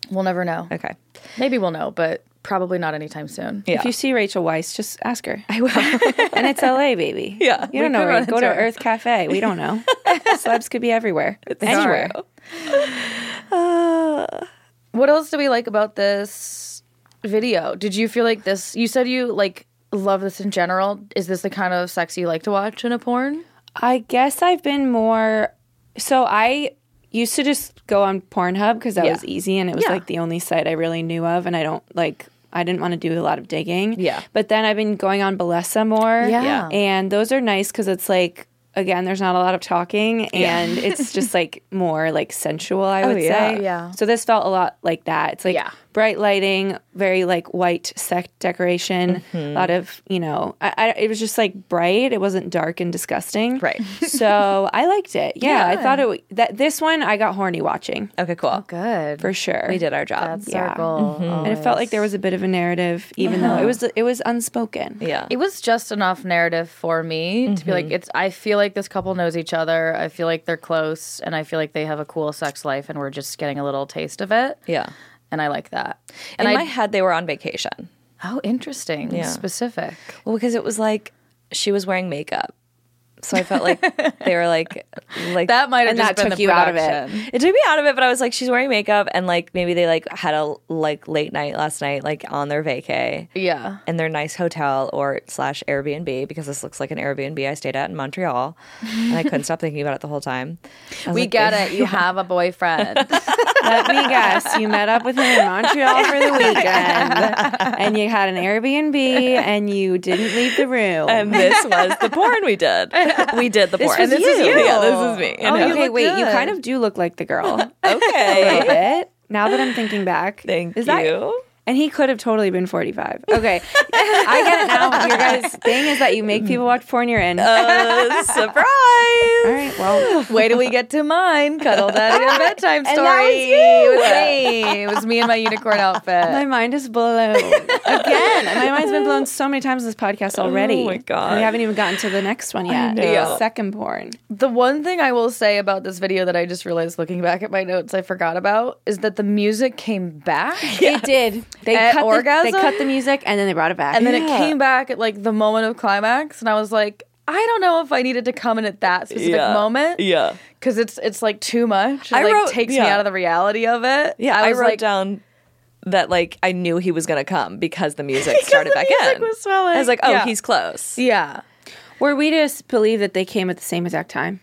Speaker 4: We'll never know.
Speaker 2: Okay.
Speaker 4: Maybe we'll know, but probably not anytime soon.
Speaker 2: Yeah.
Speaker 3: If you see Rachel Weisz, just ask her. I will. and it's LA, baby.
Speaker 2: Yeah.
Speaker 3: You don't know.
Speaker 4: could
Speaker 3: Where,
Speaker 4: run
Speaker 3: go to
Speaker 4: into her.
Speaker 3: Earth Cafe. We don't know. Celebs could be everywhere. Anywhere.
Speaker 4: What else do we like about this video? Did you feel like this? You said you like love this in general. Is this the kind of sex you like to watch in a porn?
Speaker 3: I guess I've been more. So I used to just go on Pornhub because that was easy and it was like the only site I really knew of, and I don't like. I didn't want to do a lot of digging.
Speaker 2: Yeah.
Speaker 3: But then I've been going on Balesa more.
Speaker 4: Yeah. Yeah.
Speaker 3: And those are nice because it's like. Again, there's not a lot of talking, and it's just like more like sensual. I would
Speaker 2: yeah.
Speaker 3: say,
Speaker 4: Oh, Yeah.
Speaker 3: So this felt a lot like that. It's like
Speaker 4: Yeah.
Speaker 3: bright lighting, very like white sec decoration,
Speaker 2: Mm-hmm.
Speaker 3: a lot of, you know, I, I, it was just like bright. It wasn't dark and disgusting.
Speaker 2: Right.
Speaker 3: so I liked it. Yeah, I thought it w- that this one I got horny watching
Speaker 2: Okay, cool.
Speaker 4: Good.
Speaker 3: for sure.
Speaker 2: We did our job.
Speaker 4: That's our goal.
Speaker 3: Mm-hmm. And it felt like there was a bit of a narrative, even though it was
Speaker 2: Uh-huh.
Speaker 3: it was unspoken.
Speaker 2: Yeah.
Speaker 4: It was just enough narrative for me to be like, it's. I feel like this couple knows each other. I feel like they're close, and I feel like they have a cool sex life, and we're just getting a little taste of it.
Speaker 2: Yeah.
Speaker 4: and I like that. And
Speaker 2: In
Speaker 4: I
Speaker 2: my head, they were on vacation.
Speaker 4: oh, interesting, specific.
Speaker 2: Well, because it was like she was wearing makeup. So I felt like they were like, like
Speaker 4: That might have
Speaker 3: And
Speaker 4: just
Speaker 3: that
Speaker 4: been
Speaker 3: took
Speaker 4: the
Speaker 3: you out of it.
Speaker 4: production.
Speaker 2: It took me out of it, but I was like, she's wearing makeup, and like maybe they like had a like late night last night, like on their vacay
Speaker 4: Yeah,
Speaker 2: in their nice hotel or slash Airbnb because this looks like an Airbnb I stayed at in Montreal, and I couldn't stop thinking about it the whole time. I was
Speaker 4: we
Speaker 2: like,
Speaker 4: get
Speaker 2: they-
Speaker 4: it. You have a boyfriend.
Speaker 3: Let me guess, you met up with him in Montreal for the weekend, and you had an Airbnb, and you didn't leave the room.
Speaker 2: And this was the porn we did. We did the porn.
Speaker 3: was
Speaker 2: this is
Speaker 3: you.
Speaker 2: Yeah, this is me.
Speaker 4: Oh,
Speaker 2: I know.
Speaker 3: okay, wait, you
Speaker 4: good.
Speaker 3: kind of do look like the girl a
Speaker 2: okay.
Speaker 3: little bit. Now that I'm thinking back,
Speaker 2: Thank
Speaker 3: is that-
Speaker 2: you.
Speaker 3: and he could have totally been 45. Okay, I get it now. Your guys' thing is that you make people watch porn you're in.
Speaker 2: Uh, surprise.
Speaker 3: All right, well,
Speaker 4: Wait till we get to mine. Cuddle daddy a bedtime story. It was me. It was me in my unicorn outfit.
Speaker 3: my mind is blown again. My mind's been blown so many times in this podcast already.
Speaker 2: Oh my God.
Speaker 3: we haven't even gotten to the next one yet. Second porn.
Speaker 4: The one thing I will say about this video that I just realized looking back at my notes I forgot about is that the music came back.
Speaker 3: It did. They
Speaker 4: At
Speaker 3: cut
Speaker 4: orgasm?
Speaker 3: The, they cut the music and then they brought it back.
Speaker 4: And then it came back at like the moment of climax and I was like, I don't know if I needed to come in at that specific
Speaker 2: Yeah.
Speaker 4: moment.
Speaker 2: Yeah.
Speaker 4: Cause it's it's like too much. It
Speaker 2: I
Speaker 4: like
Speaker 2: wrote-
Speaker 4: takes me
Speaker 2: yeah.
Speaker 4: out of the reality of it.
Speaker 2: Yeah, I,
Speaker 4: was
Speaker 2: wrote
Speaker 4: like,
Speaker 2: down that like I knew he was gonna come because the music started
Speaker 4: the
Speaker 2: back
Speaker 4: music
Speaker 2: in.
Speaker 4: was swelling.
Speaker 2: I was like, oh,
Speaker 4: Yeah.
Speaker 2: he's close.
Speaker 4: Yeah.
Speaker 3: Were we to believe that they came at the same exact time?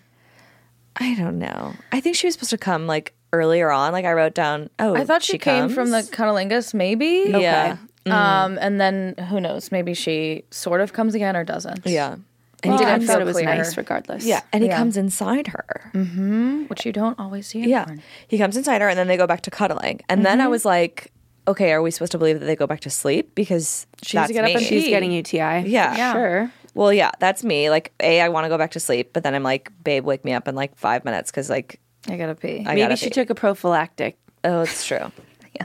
Speaker 2: I don't know. I think she was supposed to come like earlier on. Like I wrote down. Oh,
Speaker 4: I thought she, came
Speaker 2: comes? Mm.
Speaker 4: from the cunnilingus, maybe.
Speaker 2: Yeah.
Speaker 4: Um, and then who knows? Maybe she sort of comes again or doesn't.
Speaker 2: Yeah. And
Speaker 3: Well,
Speaker 2: he
Speaker 3: I
Speaker 2: didn't.
Speaker 4: I'm
Speaker 3: thought
Speaker 4: so Mm-hmm.
Speaker 3: it was
Speaker 4: clear.
Speaker 3: nice regardless.
Speaker 2: yeah, and he comes inside her.
Speaker 4: which you don't always see.
Speaker 2: Yeah,
Speaker 4: porn.
Speaker 2: he comes inside her, and then they go back to cuddling. And then I
Speaker 4: Mm-hmm.
Speaker 2: was like, okay, are we supposed to believe that they go back to sleep because she's that's
Speaker 4: get up
Speaker 2: me.
Speaker 4: and
Speaker 3: She's
Speaker 4: pee.
Speaker 3: getting UTI.
Speaker 2: Yeah. Yeah.
Speaker 3: Sure.
Speaker 2: Well, yeah, that's me. Like, a, I want to go back to sleep, but then I'm like, babe, wake me up in like five minutes because like
Speaker 4: I gotta pee.
Speaker 2: I
Speaker 3: Maybe
Speaker 2: gotta
Speaker 3: she
Speaker 2: pee.
Speaker 3: took a prophylactic
Speaker 2: Oh, it's true.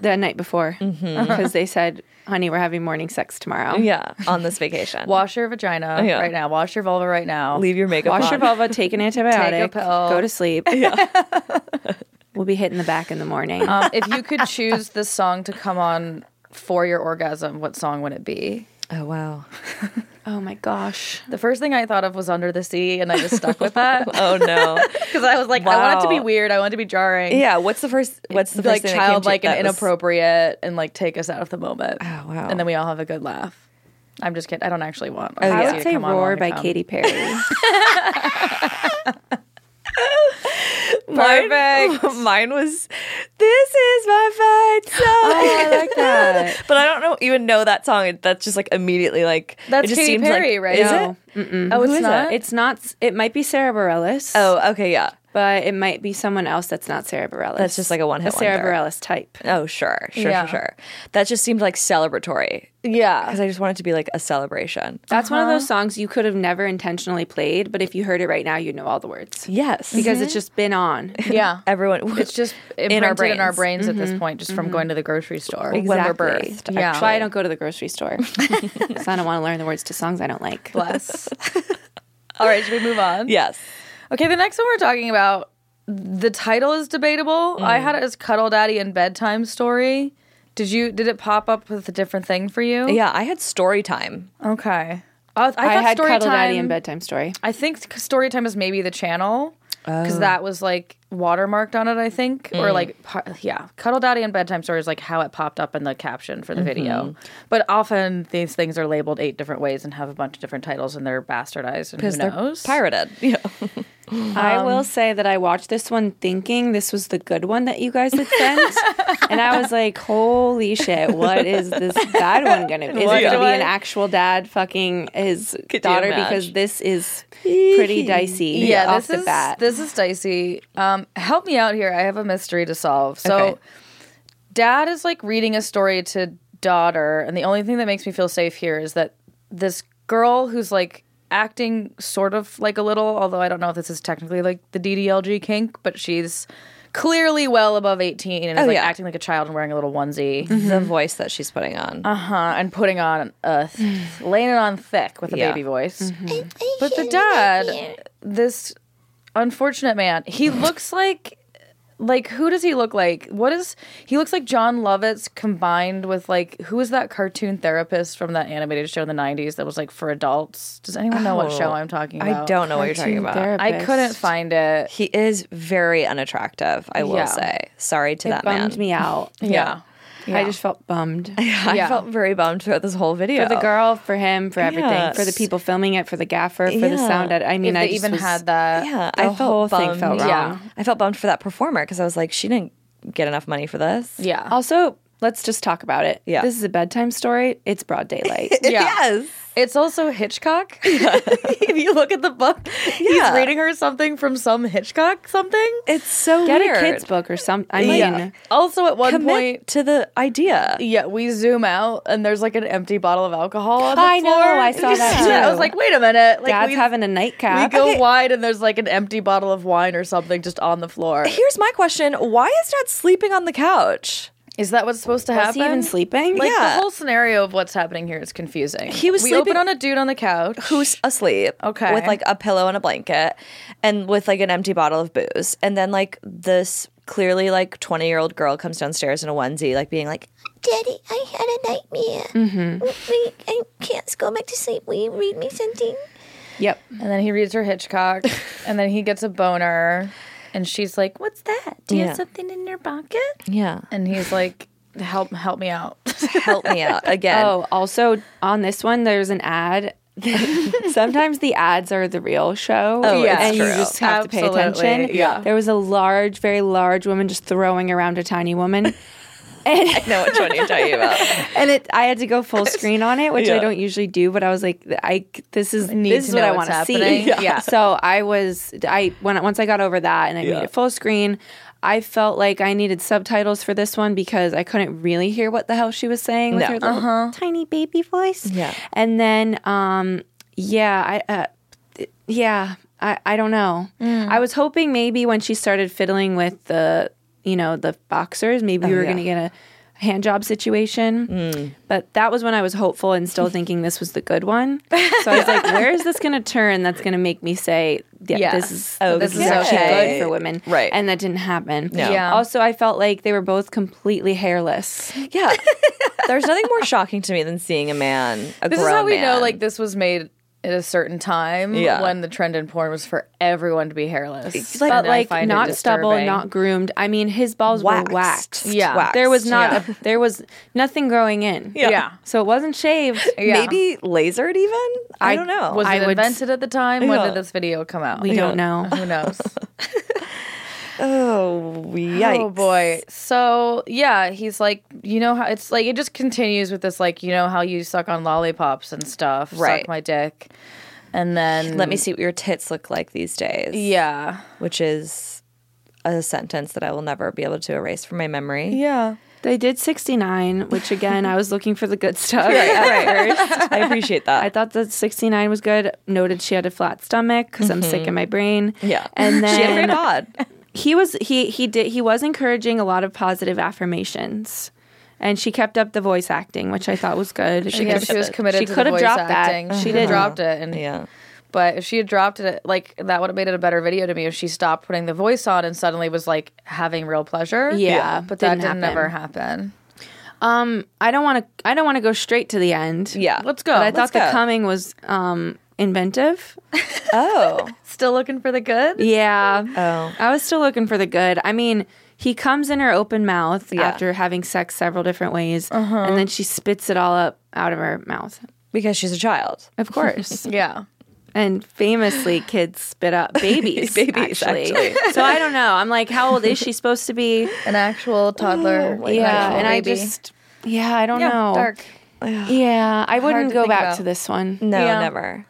Speaker 3: the night before because they said, honey, we're having morning sex tomorrow.
Speaker 2: Yeah, on this vacation.
Speaker 4: Wash your vagina
Speaker 2: Yeah.
Speaker 4: right now. Wash your vulva right now.
Speaker 2: Leave your makeup
Speaker 3: Wash
Speaker 2: on.
Speaker 3: your vulva, take an antibiotic,
Speaker 4: pill.
Speaker 3: go to sleep. we'll be hitting the back in the morning.
Speaker 4: um, if you could choose this song to come on for your orgasm, what song would it be?
Speaker 2: Oh wow.
Speaker 3: oh my gosh.
Speaker 4: The first thing I thought of was Under the Sea, and I just stuck with that
Speaker 2: Oh no.
Speaker 4: because I was like, I want it to be
Speaker 2: Wow.
Speaker 4: weird. I want it to be jarring.
Speaker 2: yeah. What's the first? What's the first
Speaker 4: like
Speaker 2: thing that came to-
Speaker 4: childlike and
Speaker 2: that was-
Speaker 4: inappropriate, and like take us out of the moment.
Speaker 2: Oh, wow.
Speaker 4: And then we all have a good laugh. I'm just kidding. I don't actually want.
Speaker 3: I
Speaker 4: Under the
Speaker 3: would
Speaker 4: Sea to
Speaker 3: say
Speaker 4: come on, I
Speaker 3: Roar
Speaker 4: want it
Speaker 3: by
Speaker 4: to come.
Speaker 3: Katy Perry.
Speaker 2: Mine, mine was. This is my fight song.
Speaker 3: I like that.
Speaker 2: but I don't know even know that song. It- That's just like immediately like
Speaker 4: That's
Speaker 2: it just
Speaker 4: Katy
Speaker 2: seems
Speaker 4: Perry,
Speaker 2: like,
Speaker 4: right?
Speaker 2: Is
Speaker 4: No.
Speaker 2: it?
Speaker 4: Oh, it's
Speaker 3: Who is
Speaker 4: not.
Speaker 3: it? It's not. It might be Sarah Bareilles.
Speaker 2: Oh, okay, yeah.
Speaker 3: but it might be someone else that's not Sarah Bareilles.
Speaker 2: That's just like a one-hit
Speaker 3: a Sarah
Speaker 2: wonder.
Speaker 3: Bareilles type.
Speaker 2: Oh, sure, sure,
Speaker 4: Yeah.
Speaker 2: sure, sure. That just seemed like celebratory
Speaker 4: yeah.
Speaker 2: because I just wanted to be like a celebration.
Speaker 3: That's one of those songs you could have never intentionally played, but if you heard it right now, you'd know all the words
Speaker 2: Yes,
Speaker 3: because it's just been on.
Speaker 4: Yeah.
Speaker 2: everyone.
Speaker 4: It's just imprinted in our brains, at this point, just from going to the grocery store.
Speaker 2: when we're
Speaker 3: Exactly.
Speaker 2: birthed.
Speaker 4: Yeah.
Speaker 3: That's why I don't go to the grocery store. 'Cause I don't want to learn the words to songs I don't like.
Speaker 4: Bless. All right, should we move on?
Speaker 2: Yes.
Speaker 4: Okay, the next one we're talking about, the title is debatable. I had it as Cuddle Daddy and Bedtime Story. Did you? Did it pop up with a different thing for you?
Speaker 2: Yeah, I had story time.
Speaker 4: Okay. I, I thought
Speaker 3: I, had
Speaker 4: story
Speaker 3: Cuddle
Speaker 4: time,
Speaker 3: Daddy and Bedtime Story.
Speaker 4: I think story time is maybe the channel because that was like watermarked on it. I think or like par- yeah, Cuddle Daddy and Bedtime Story is like how it popped up in the caption for the video. But often these things are labeled eight different ways and have a bunch of different titles and they're bastardized and who
Speaker 2: They're
Speaker 4: knows?
Speaker 2: pirated. Yeah.
Speaker 3: I will say that I watched this one thinking this was the good one that you guys had sent. and I was like, holy shit, what is this bad one going to be? Is it going to be an actual dad fucking his daughter?
Speaker 2: imagine?
Speaker 3: Because this is pretty dicey
Speaker 4: Yeah, this
Speaker 3: off the
Speaker 4: is
Speaker 3: bat.
Speaker 4: this is dicey. Um, help me out here. I have a mystery to solve. So,
Speaker 2: Okay.
Speaker 4: dad is like reading a story to daughter, and the only thing that makes me feel safe here is that this girl who's like acting sort of like a little, although I don't know if this is technically like the DDLG kink, but she's clearly well above 18 and is
Speaker 3: Oh,
Speaker 4: like acting like a child and wearing a little onesie
Speaker 3: Mm-hmm.
Speaker 2: the voice that she's putting on.
Speaker 3: Uh,
Speaker 4: uh-huh, and putting on a th- laying it on thick with a baby voice.
Speaker 2: Mm-hmm.
Speaker 4: But the dad, this unfortunate man, he looks like like who does he look like? What is he looks like John Lovitz combined with like who is that cartoon therapist from that animated show in the '90s that was like for adults? Does anyone know what show I'm talking about?
Speaker 2: Oh, I don't know what you're talking about.
Speaker 4: I couldn't find it.
Speaker 2: He is very unattractive, I will
Speaker 4: Yeah.
Speaker 2: say. Sorry to
Speaker 3: It
Speaker 2: that man.
Speaker 3: bummed me out.
Speaker 4: Yeah.
Speaker 3: I just felt bummed.
Speaker 2: I felt very bummed throughout this whole video.
Speaker 3: For the girl, for him, for everything, for the
Speaker 2: Yes.
Speaker 3: people filming it, for the gaffer, for the
Speaker 2: Yeah.
Speaker 3: sound edit. I mean,
Speaker 4: If
Speaker 3: I
Speaker 4: they
Speaker 3: just
Speaker 4: even
Speaker 3: was-
Speaker 4: had that.
Speaker 2: yeah,
Speaker 3: the
Speaker 2: I felt
Speaker 3: whole thing
Speaker 2: bummed.
Speaker 3: felt wrong.
Speaker 4: Yeah.
Speaker 2: I felt bummed for that performer because I was like, she didn't get enough money for this.
Speaker 4: Yeah.
Speaker 3: Also, let's just talk about it.
Speaker 2: Yeah.
Speaker 3: this is a bedtime story. It's broad daylight.
Speaker 2: Yes.
Speaker 4: It's also Hitchcock. if you look at the book, he's
Speaker 2: Yeah.
Speaker 4: reading her something from some Hitchcock something.
Speaker 2: It's so
Speaker 3: Get
Speaker 2: weird.
Speaker 3: a kids book or something. I mean,
Speaker 4: Also, at one
Speaker 2: Commit
Speaker 4: point,
Speaker 2: to the idea.
Speaker 4: yeah, we zoom out and there's like an empty bottle of alcohol. On the
Speaker 3: I know,
Speaker 4: floor.
Speaker 3: I saw that
Speaker 4: Yeah, I was
Speaker 3: too.
Speaker 4: like, wait a minute. Like,
Speaker 3: dad's
Speaker 4: we,
Speaker 3: having a
Speaker 4: we
Speaker 3: nightcap.
Speaker 4: go wide and there's like an empty bottle of wine or something just on the floor.
Speaker 2: Here's my question Why is dad sleeping on the couch?
Speaker 4: Is that what's supposed to
Speaker 3: Was
Speaker 4: happen?
Speaker 3: he even sleeping?
Speaker 4: Like
Speaker 2: Yeah.
Speaker 4: the whole scenario of what's happening here is confusing.
Speaker 2: He was
Speaker 4: we open
Speaker 2: sleeping-
Speaker 4: on a dude on the couch
Speaker 2: who's asleep
Speaker 4: Okay.
Speaker 2: with like a pillow and a blanket and with like an empty bottle of booze and then like this clearly like 20 year old girl comes downstairs in a onesie like being like
Speaker 5: Daddy, I had a nightmare. Mm-hmm. Wait, I can't go back to sleep. Will you read me something?
Speaker 3: yep.
Speaker 4: and then he reads her Hitchcock and then he gets a boner and she's like, "What's that? Do you
Speaker 2: Yeah.
Speaker 4: have something in your pocket?"
Speaker 2: yeah
Speaker 4: And he's like, "Help, help me out."
Speaker 2: help me out again
Speaker 3: Oh, also on this one, there's an ad. Sometimes the ads are the real show.
Speaker 2: Oh, it's
Speaker 3: and you
Speaker 2: true.
Speaker 3: just have to
Speaker 4: Absolutely,
Speaker 3: pay attention.
Speaker 4: yeah.
Speaker 3: There was a large, very large woman just throwing around a tiny woman. And
Speaker 2: know which one you're talking about
Speaker 3: and it, I had to go full screen on it, which I don't usually do. But I was like, I this is this
Speaker 4: to
Speaker 3: is what
Speaker 4: know
Speaker 3: I
Speaker 4: what's
Speaker 3: want to see.
Speaker 4: happening. Yeah. Yeah.
Speaker 3: So I was I when once I got over that and I
Speaker 6: Yeah.
Speaker 3: made it full screen. I felt like I needed subtitles for this one because I couldn't really hear what the hell she was saying with
Speaker 2: No.
Speaker 3: her little
Speaker 4: Uh-huh.
Speaker 3: tiny baby voice.
Speaker 2: Yeah.
Speaker 3: And then, um, yeah, I, uh, th- yeah, I, I don't know. I was hoping maybe when she started fiddling with the, you know, the boxers, maybe we were going to get a hand job situation. But that was when I was hopeful and still thinking this was the good one. So I was like, where is this going to turn? That's going to make me say, yeah,
Speaker 4: Yes.
Speaker 3: this is
Speaker 2: Oh,
Speaker 3: this is
Speaker 2: okay.
Speaker 3: actually good for women,
Speaker 2: Right.
Speaker 3: And that didn't happen.
Speaker 2: No.
Speaker 4: Yeah.
Speaker 3: Also, I felt like they were both completely hairless.
Speaker 2: yeah there's nothing more shocking to me than seeing a man a
Speaker 4: This is
Speaker 2: grown
Speaker 4: how we know
Speaker 2: man.
Speaker 4: like this was made at a certain time
Speaker 2: Yeah.
Speaker 4: when the trend in porn was for everyone to be hairless.
Speaker 3: but
Speaker 4: And I
Speaker 3: like
Speaker 4: find it
Speaker 3: not stubble,
Speaker 4: disturbing.
Speaker 3: not groomed. I mean, his balls
Speaker 2: waxed
Speaker 3: were waxed.
Speaker 4: Yeah.
Speaker 2: Waxed.
Speaker 3: There was not a, there was nothing growing in.
Speaker 4: Yeah. Yeah.
Speaker 3: So it wasn't shaved.
Speaker 4: Yeah.
Speaker 2: maybe lasered even i, don't know
Speaker 4: Was
Speaker 3: I
Speaker 4: it
Speaker 3: would-
Speaker 4: invented at the time? When
Speaker 2: Yeah.
Speaker 4: did this video come out?
Speaker 3: We don't know.
Speaker 4: Who knows?
Speaker 2: oh yikes
Speaker 4: Oh boy. So yeah, he's like, you know how it's like it just continues with this like, you know how you suck on lollipops and stuff.
Speaker 2: Right.
Speaker 4: Suck my dick. And then
Speaker 2: let me see what your tits look like these days
Speaker 4: Mm. Yeah.
Speaker 2: which is a sentence that i will never be able to erase from my memory
Speaker 4: Yeah.
Speaker 3: They did 69, which again, I was looking for the good stuff.
Speaker 2: right. I appreciate that.
Speaker 3: I thought that 69 was good. Noted she had a flat stomach because I'm sick in my brain.
Speaker 2: Mm-hmm. yeah.
Speaker 3: And then
Speaker 2: she had a great bod.
Speaker 3: he was he he did he was encouraging a lot of positive affirmations. And she kept up the voice acting, which I thought was good. She
Speaker 4: Yeah,
Speaker 3: could've-
Speaker 4: she was committed
Speaker 3: She
Speaker 4: to
Speaker 3: could
Speaker 4: the
Speaker 3: have
Speaker 4: voice Mm-hmm.
Speaker 3: dropped
Speaker 4: acting.
Speaker 3: that.
Speaker 4: She
Speaker 3: She did.
Speaker 4: dropped it and
Speaker 2: Yeah.
Speaker 4: But if she had dropped it, like that would have made it a better video to me. If she stopped putting the voice on and suddenly was like having real pleasure,
Speaker 3: Yeah,
Speaker 4: But
Speaker 3: didn't
Speaker 4: that didn't
Speaker 3: happen.
Speaker 4: ever happen.
Speaker 3: Um, I don't want to. I don't want to go straight to the end.
Speaker 2: Yeah.
Speaker 4: Let's go.
Speaker 3: But I
Speaker 4: Let's
Speaker 3: thought
Speaker 2: go.
Speaker 3: the coming was um inventive.
Speaker 2: Oh.
Speaker 4: Still looking for the good.
Speaker 3: Yeah.
Speaker 2: Oh.
Speaker 3: I was still looking for the good. I mean, he comes in her open mouth
Speaker 2: Yeah.
Speaker 3: after having sex several different ways, and then she spits it all up out of her mouth.
Speaker 2: Because she's a child.
Speaker 3: Of course.
Speaker 4: Yeah.
Speaker 3: and famously, kids spit up babies.
Speaker 2: Babies, actually.
Speaker 3: so I don't know. I'm like, how old is she supposed to be?
Speaker 4: An actual toddler. like,
Speaker 3: Oh, yeah.
Speaker 4: actual
Speaker 3: And I
Speaker 4: baby.
Speaker 3: just, yeah, I don't
Speaker 4: Yeah,
Speaker 3: know.
Speaker 4: dark.
Speaker 3: Yeah. I wouldn't
Speaker 4: to
Speaker 3: go
Speaker 4: think
Speaker 3: back
Speaker 4: about.
Speaker 3: to this one.
Speaker 2: No,
Speaker 4: Yeah.
Speaker 2: never.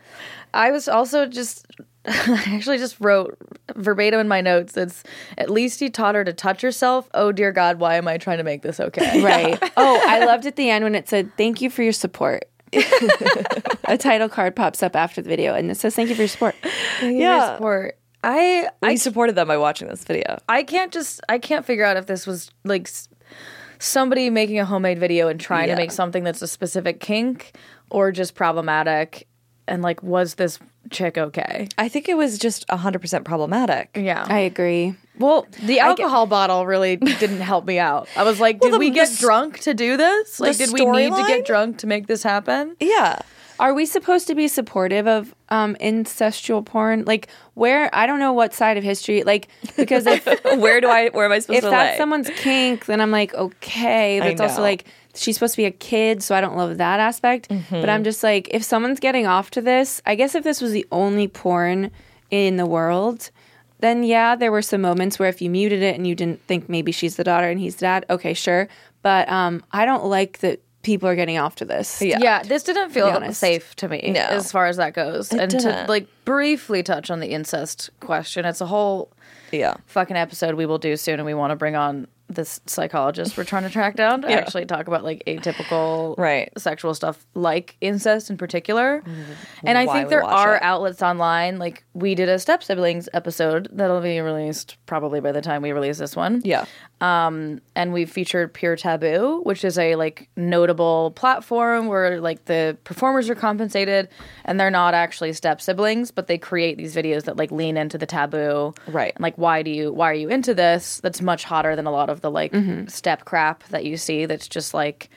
Speaker 4: I was also just I actually just wrote verbatim in my notes. It's at least he taught her to touch herself. Oh dear God, why am I trying to make this okay?
Speaker 3: Right. Oh, I loved at the end when it said, Thank you for your support. a title card pops up after the video and it says, Thank you for your support.
Speaker 4: yeah. Support. I
Speaker 2: We supported them by watching this video.
Speaker 4: I can't just I can't figure out if this was like s- somebody making a homemade video and trying to make something that's a specific kink or just problematic and like was this chick okay?
Speaker 2: I think it was just 100% problematic.
Speaker 4: Yeah.
Speaker 3: I agree.
Speaker 4: well, the alcohol bottle really didn't help me out. I was like, did
Speaker 2: the-
Speaker 4: we
Speaker 2: the
Speaker 4: get
Speaker 2: s-
Speaker 4: drunk to do this? Like did we need to
Speaker 2: storyline?
Speaker 4: get drunk to make this happen?
Speaker 2: Yeah.
Speaker 3: Are we supposed to be supportive of um, incestual porn? Like, where? I don't know what side of history. Like, because if,
Speaker 2: Where do I where am I supposed
Speaker 3: if
Speaker 2: to
Speaker 3: that's
Speaker 2: lay?
Speaker 3: someone's kink, then I'm like, okay. But
Speaker 2: I
Speaker 3: it's also
Speaker 2: know.
Speaker 3: like, she's supposed to be a kid, so I don't love that aspect.
Speaker 2: Mm-hmm.
Speaker 3: But I'm just like, if someone's getting off to this, I guess if this was the only porn in the world, then yeah, there were some moments where if you muted it and you didn't think maybe she's the daughter and he's the dad, okay, sure. But um, I don't like that people are getting off to this.
Speaker 2: Yeah.
Speaker 4: Yeah, this didn't feel
Speaker 3: honest.
Speaker 4: safe to me
Speaker 2: No.
Speaker 4: as far as that goes. and to
Speaker 2: didn't.
Speaker 4: like briefly touch on the incest question, it's a whole
Speaker 2: yeah.
Speaker 4: fucking episode we will do soon and we want to bring on this psychologist we're trying to track down to actually talk about like atypical
Speaker 2: Right. Mm-hmm.
Speaker 4: sexual stuff like incest in particular and i
Speaker 2: Why
Speaker 4: think
Speaker 2: we
Speaker 4: there
Speaker 2: watch
Speaker 4: are
Speaker 2: it.
Speaker 4: outlets online like we did a step siblings episode that'll be released probably by the time we release this one
Speaker 2: Yeah.
Speaker 4: and we featured Pure Taboo, which is a like notable platform where like the performers are compensated and they're not actually step siblings, but they create these videos that like lean into the taboo.
Speaker 2: Right.
Speaker 4: And like why do you why are you into this? That's much hotter than a lot of the like
Speaker 3: Mm-hmm.
Speaker 4: step crap that you see that's just like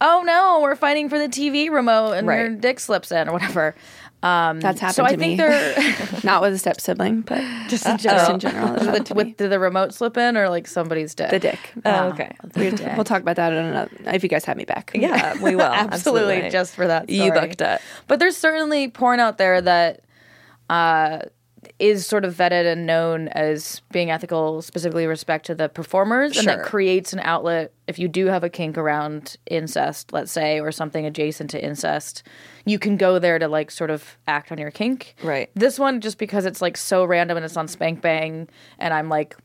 Speaker 4: oh no, we're fighting for the TV remote and your
Speaker 2: Right.
Speaker 4: dick slips in or whatever.
Speaker 3: That's happened
Speaker 4: so I
Speaker 3: to
Speaker 4: think
Speaker 3: me.
Speaker 4: they're
Speaker 3: Not with a step sibling, but just in general. Just in general it's happened to me.
Speaker 4: with did the remote slip in or like somebody's dick.
Speaker 3: the dick.
Speaker 4: Uh,
Speaker 2: Oh, okay.
Speaker 3: Weird. We'll talk about that in another, if you guys have me back.
Speaker 2: Yeah, we will.
Speaker 4: absolutely, just for that.
Speaker 2: You
Speaker 4: story.
Speaker 2: booked it.
Speaker 4: But there's certainly porn out there that uh, is sort of vetted and known as being ethical, specifically with respect to the performers, and
Speaker 2: Sure.
Speaker 4: that creates an outlet. If you do have a kink around incest, let's say, or something adjacent to incest, you can go there to like sort of act on your kink.
Speaker 2: Right.
Speaker 4: This one, just because it's like so random and it's on Spank Bang, and I'm like.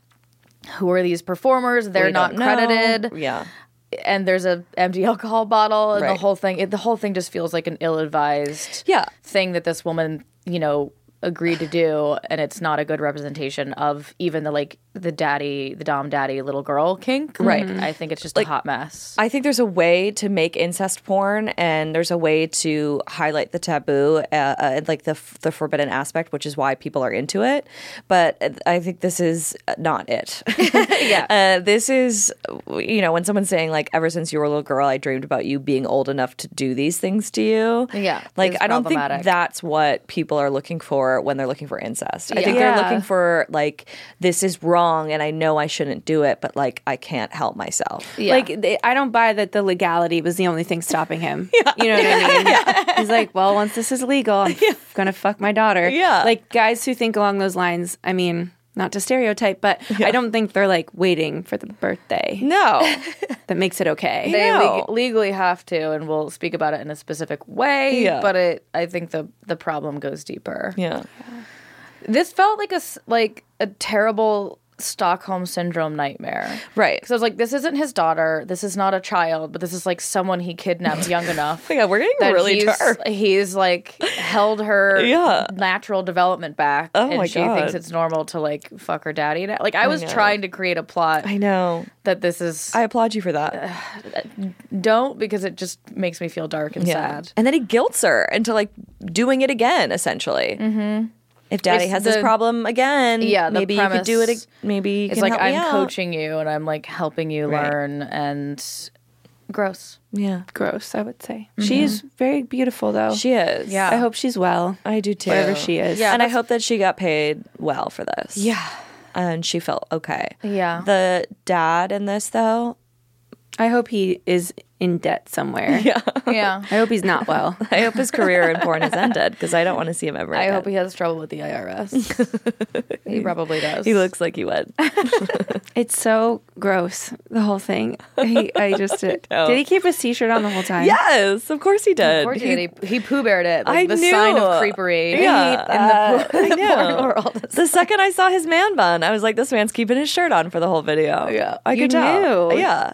Speaker 4: Who are these performers? They're
Speaker 2: We
Speaker 4: not
Speaker 2: don't know.
Speaker 4: credited
Speaker 2: Yeah.
Speaker 4: and there's a empty alcohol bottle and the
Speaker 2: Right.
Speaker 4: whole thing it, the whole thing just feels like an ill-advised
Speaker 2: Yeah.
Speaker 4: thing that this woman you know agreed to do and it's not a good representation of even the like the daddy the dom daddy little girl kink
Speaker 2: Right.
Speaker 4: i think it's just a hot mess
Speaker 2: I think there's a way to make incest porn, and there's a way to highlight the taboo, uh, uh, like the f- the forbidden aspect, which is why people are into it. But uh, I think this is not it. yeah, uh, this is you know when someone's saying like, ever since you were a little girl, I dreamed about you being old enough to do these things to you.
Speaker 4: Yeah,
Speaker 2: like
Speaker 4: it's
Speaker 2: I don't think
Speaker 4: problematic.
Speaker 2: that's what people are looking for when they're looking for incest. I think
Speaker 3: Yeah.
Speaker 2: they're looking for like this is wrong, and I know I shouldn't do it, but like I can't help myself.
Speaker 3: Like they, I don't buy that the legality was the only thing stopping him. You know what I mean? He's like, well, once this is legal, I'm gonna fuck my daughter.
Speaker 2: Yeah.
Speaker 3: Like guys who think along those lines. I mean, not to stereotype, but I don't think they're like waiting for the birthday
Speaker 2: No.
Speaker 3: that makes it okay.
Speaker 4: they
Speaker 2: No.
Speaker 4: leg- legally have to and we'll speak about it in a specific way
Speaker 2: Yeah.
Speaker 4: but it i think the the problem goes deeper
Speaker 2: yeah. Oh
Speaker 4: this felt like a s- like a terrible Stockholm syndrome nightmare.
Speaker 2: Right.
Speaker 4: So I was like, this isn't his daughter. This is not a child, but this is like someone he kidnapped young enough.
Speaker 2: Yeah, we're getting
Speaker 4: that
Speaker 2: really
Speaker 4: he's,
Speaker 2: dark.
Speaker 4: He's like held her
Speaker 2: Yeah.
Speaker 4: natural development back.
Speaker 2: Oh
Speaker 4: and
Speaker 2: my
Speaker 4: she
Speaker 2: God.
Speaker 4: thinks it's normal to like fuck her daddy. Now. Like I was trying to create a plot
Speaker 2: I know.
Speaker 4: that this is
Speaker 2: I applaud you for that.
Speaker 4: don't because it just makes me feel dark and sad.
Speaker 2: And then he guilts her into like doing it again, essentially. Mm-hmm. If daddy
Speaker 4: It's
Speaker 2: has
Speaker 4: the-
Speaker 2: this problem again,
Speaker 4: Yeah, the
Speaker 2: maybe you could do it.
Speaker 4: premise
Speaker 2: ag- Maybe you
Speaker 4: It's
Speaker 2: can
Speaker 4: like
Speaker 2: help me
Speaker 4: I'm
Speaker 2: out.
Speaker 4: coaching you and I'm like helping you
Speaker 2: Right.
Speaker 4: learn and gross.
Speaker 2: Yeah,
Speaker 3: Gross, I would say. She's very beautiful though.
Speaker 2: she is.
Speaker 4: Yeah.
Speaker 3: Mm-hmm. I hope she's well.
Speaker 2: I do too.
Speaker 3: Wherever she is.
Speaker 2: Yeah, and I hope that she got paid well for this. Yeah, and she felt okay.
Speaker 4: Yeah.
Speaker 2: The dad in this though,
Speaker 3: I hope he is in debt somewhere. Yeah.
Speaker 4: Yeah.
Speaker 3: I hope he's not well.
Speaker 2: I hope his career in porn is ended because I don't want to see him ever.
Speaker 4: I
Speaker 2: again.
Speaker 4: hope he has trouble with the IRS. he probably does.
Speaker 2: He looks like he would.
Speaker 3: It's so gross, the whole thing. He, I just did. he keep his t shirt on the whole time?
Speaker 2: yes, of course he did.
Speaker 4: Of course he, did. he, he poo bared it. Like the
Speaker 2: I knew.
Speaker 4: sign of creepery.
Speaker 2: Yeah, uh,
Speaker 4: in the, por-
Speaker 2: I
Speaker 4: the porn
Speaker 2: know.
Speaker 4: world.
Speaker 2: The second I saw his man bun, I was like, "This man's keeping his shirt on for the whole video."
Speaker 4: Yeah.
Speaker 2: I
Speaker 4: You
Speaker 2: could tell.
Speaker 4: knew.
Speaker 2: Yeah,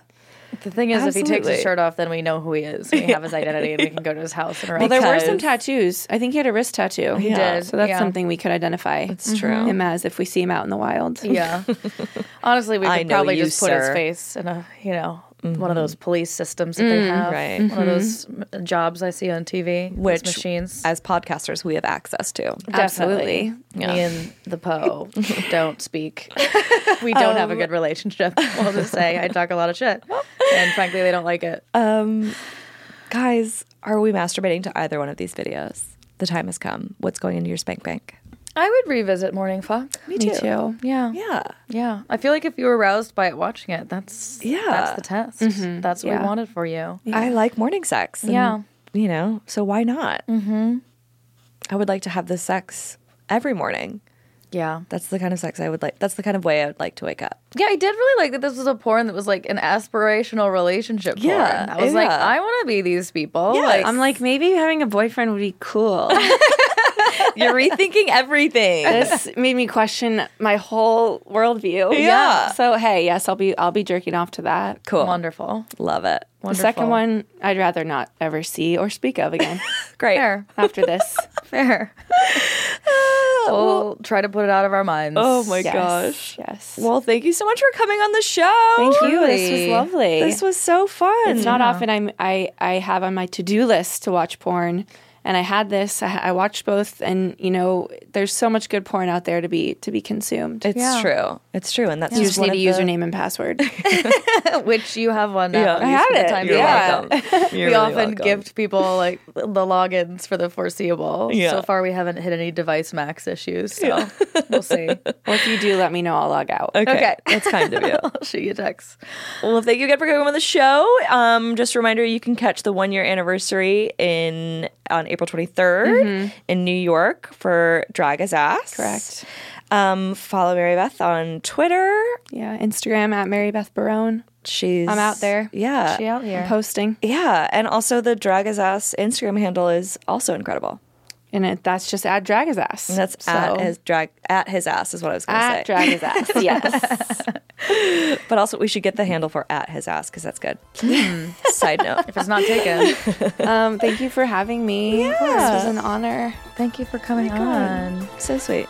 Speaker 4: The thing is, if he takes his
Speaker 2: Absolutely.
Speaker 4: shirt off, then we know who he is. We have his identity, and we can go to his house and arrest.
Speaker 3: Well, there were some
Speaker 2: Because-
Speaker 3: tattoos. I think he had a wrist tattoo. He
Speaker 4: did,
Speaker 3: So that's
Speaker 4: yeah.
Speaker 3: something we could identify It's true. him as if we see him out in the wild.
Speaker 4: Yeah. Honestly, we
Speaker 2: I
Speaker 4: could
Speaker 2: know
Speaker 4: probably
Speaker 2: you,
Speaker 4: just put his
Speaker 2: sir. Mm-hmm.
Speaker 4: face in a, you know, one of those police systems that they have.
Speaker 2: Mm, right. Mm-hmm.
Speaker 4: One of those m- jobs I see on TV.
Speaker 2: Which-
Speaker 4: Which machines.
Speaker 2: as podcasters, we have access to.
Speaker 3: Absolutely.
Speaker 4: Me and the Poe don't speak. We don't have a good relationship. We'll just say I talk a lot of shit, and frankly, they don't like it.
Speaker 2: Guys, are we masturbating to either one of these videos? The time has come. What's going into your spank bank?
Speaker 4: I would revisit Morning Fuck.
Speaker 3: Me too.
Speaker 4: Yeah.
Speaker 2: Yeah.
Speaker 4: Yeah, I feel like if you were aroused by it watching it, that's
Speaker 2: Yeah.
Speaker 4: that's the test. That's what we wanted for you.
Speaker 2: I like morning sex. and,
Speaker 4: Yeah.
Speaker 2: You know, so why not? Mm-hmm. I would like to have this sex every morning.
Speaker 4: Yeah,
Speaker 2: That's the kind of sex I would like. That's the kind of way I would like to wake up.
Speaker 4: yeah. I did really like that. This was a porn that was like an aspirational relationship.
Speaker 2: Yeah,
Speaker 4: porn. I was like,
Speaker 2: yeah.
Speaker 4: I want to be these people.
Speaker 2: Yeah.
Speaker 4: like,
Speaker 3: I'm like, maybe having a boyfriend would be cool.
Speaker 2: You're rethinking everything.
Speaker 3: this made me question my whole worldview.
Speaker 2: Yeah.
Speaker 3: So hey, yes, I'll be I'll be jerking off to that.
Speaker 2: cool.
Speaker 4: wonderful.
Speaker 2: Love it.
Speaker 3: The second one I'd rather not ever see or speak of again
Speaker 2: Great.
Speaker 4: Fair,
Speaker 3: after this.
Speaker 4: fair. we'll try to put it out of our minds.
Speaker 2: Oh my
Speaker 3: Yes,
Speaker 2: gosh.
Speaker 3: Yes.
Speaker 2: Well, thank you so much for coming on the show.
Speaker 3: Thank you. This was
Speaker 4: truly.
Speaker 3: lovely.
Speaker 2: This was so fun.
Speaker 3: it's not often I'm I I have on my to do list to watch porn, and I had this. I, I watched both, and you know, there's so much good porn out there to be to be consumed.
Speaker 2: It's true. It's true, and that's
Speaker 3: you
Speaker 2: just
Speaker 3: just
Speaker 2: one
Speaker 3: need a
Speaker 2: of the-
Speaker 3: username and password.
Speaker 4: Which you have one now.
Speaker 2: Yeah. I
Speaker 4: You
Speaker 2: had
Speaker 4: spent
Speaker 2: it.
Speaker 4: time
Speaker 2: You're
Speaker 4: doing that.
Speaker 2: welcome.
Speaker 4: we
Speaker 2: You're really
Speaker 4: often
Speaker 2: welcome.
Speaker 4: gift people like the logins for the foreseeable.
Speaker 2: Yeah.
Speaker 4: So far, we haven't hit any device max issues. So we'll see.
Speaker 3: or if you do, let me know. I'll log out.
Speaker 2: Okay. That's kind of you.
Speaker 4: I'll shoot you a text.
Speaker 2: Well, thank you again for coming on the show. Um, just a reminder, you can catch the one year anniversary in on April 23rd in New York for Drag as Ass.
Speaker 3: Mm-hmm. Correct.
Speaker 2: Um, follow Mary Beth on Twitter.
Speaker 3: Yeah, Instagram at Mary Beth Barone.
Speaker 2: She's
Speaker 3: I'm out there.
Speaker 2: Yeah.
Speaker 4: She out here.
Speaker 3: I'm posting,
Speaker 2: yeah. And also the Drag as Ass Instagram handle is also incredible.
Speaker 3: and it, that's just at Drag His Ass.
Speaker 2: And that's at his drag at his ass is what I was gonna say.
Speaker 3: at Drag His Ass. Yes.
Speaker 2: but also we should get the handle for at his ass because that's good.
Speaker 3: Hmm.
Speaker 2: Side note.
Speaker 4: If it's not taken,
Speaker 3: um, thank you for having me. This was an honor.
Speaker 4: thank you for coming on.
Speaker 2: So sweet.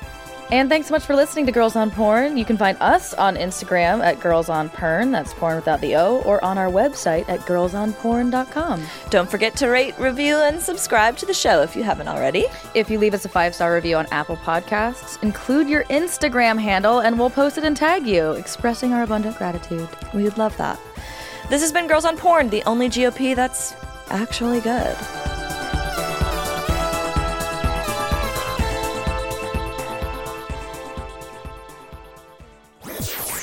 Speaker 4: And thanks so much for listening to Girls on Porn. You can find us on Instagram at Girls on Pern, that's porn without the O, or on our website at girlsonporn.com.
Speaker 2: Don't forget to rate, review, and subscribe to the show if you haven't already.
Speaker 4: If you leave us a five star review on Apple Podcasts, include your Instagram handle and we'll post it and tag you, expressing our abundant gratitude.
Speaker 2: We would love that. This has been Girls on Porn, the only GOP that's actually good.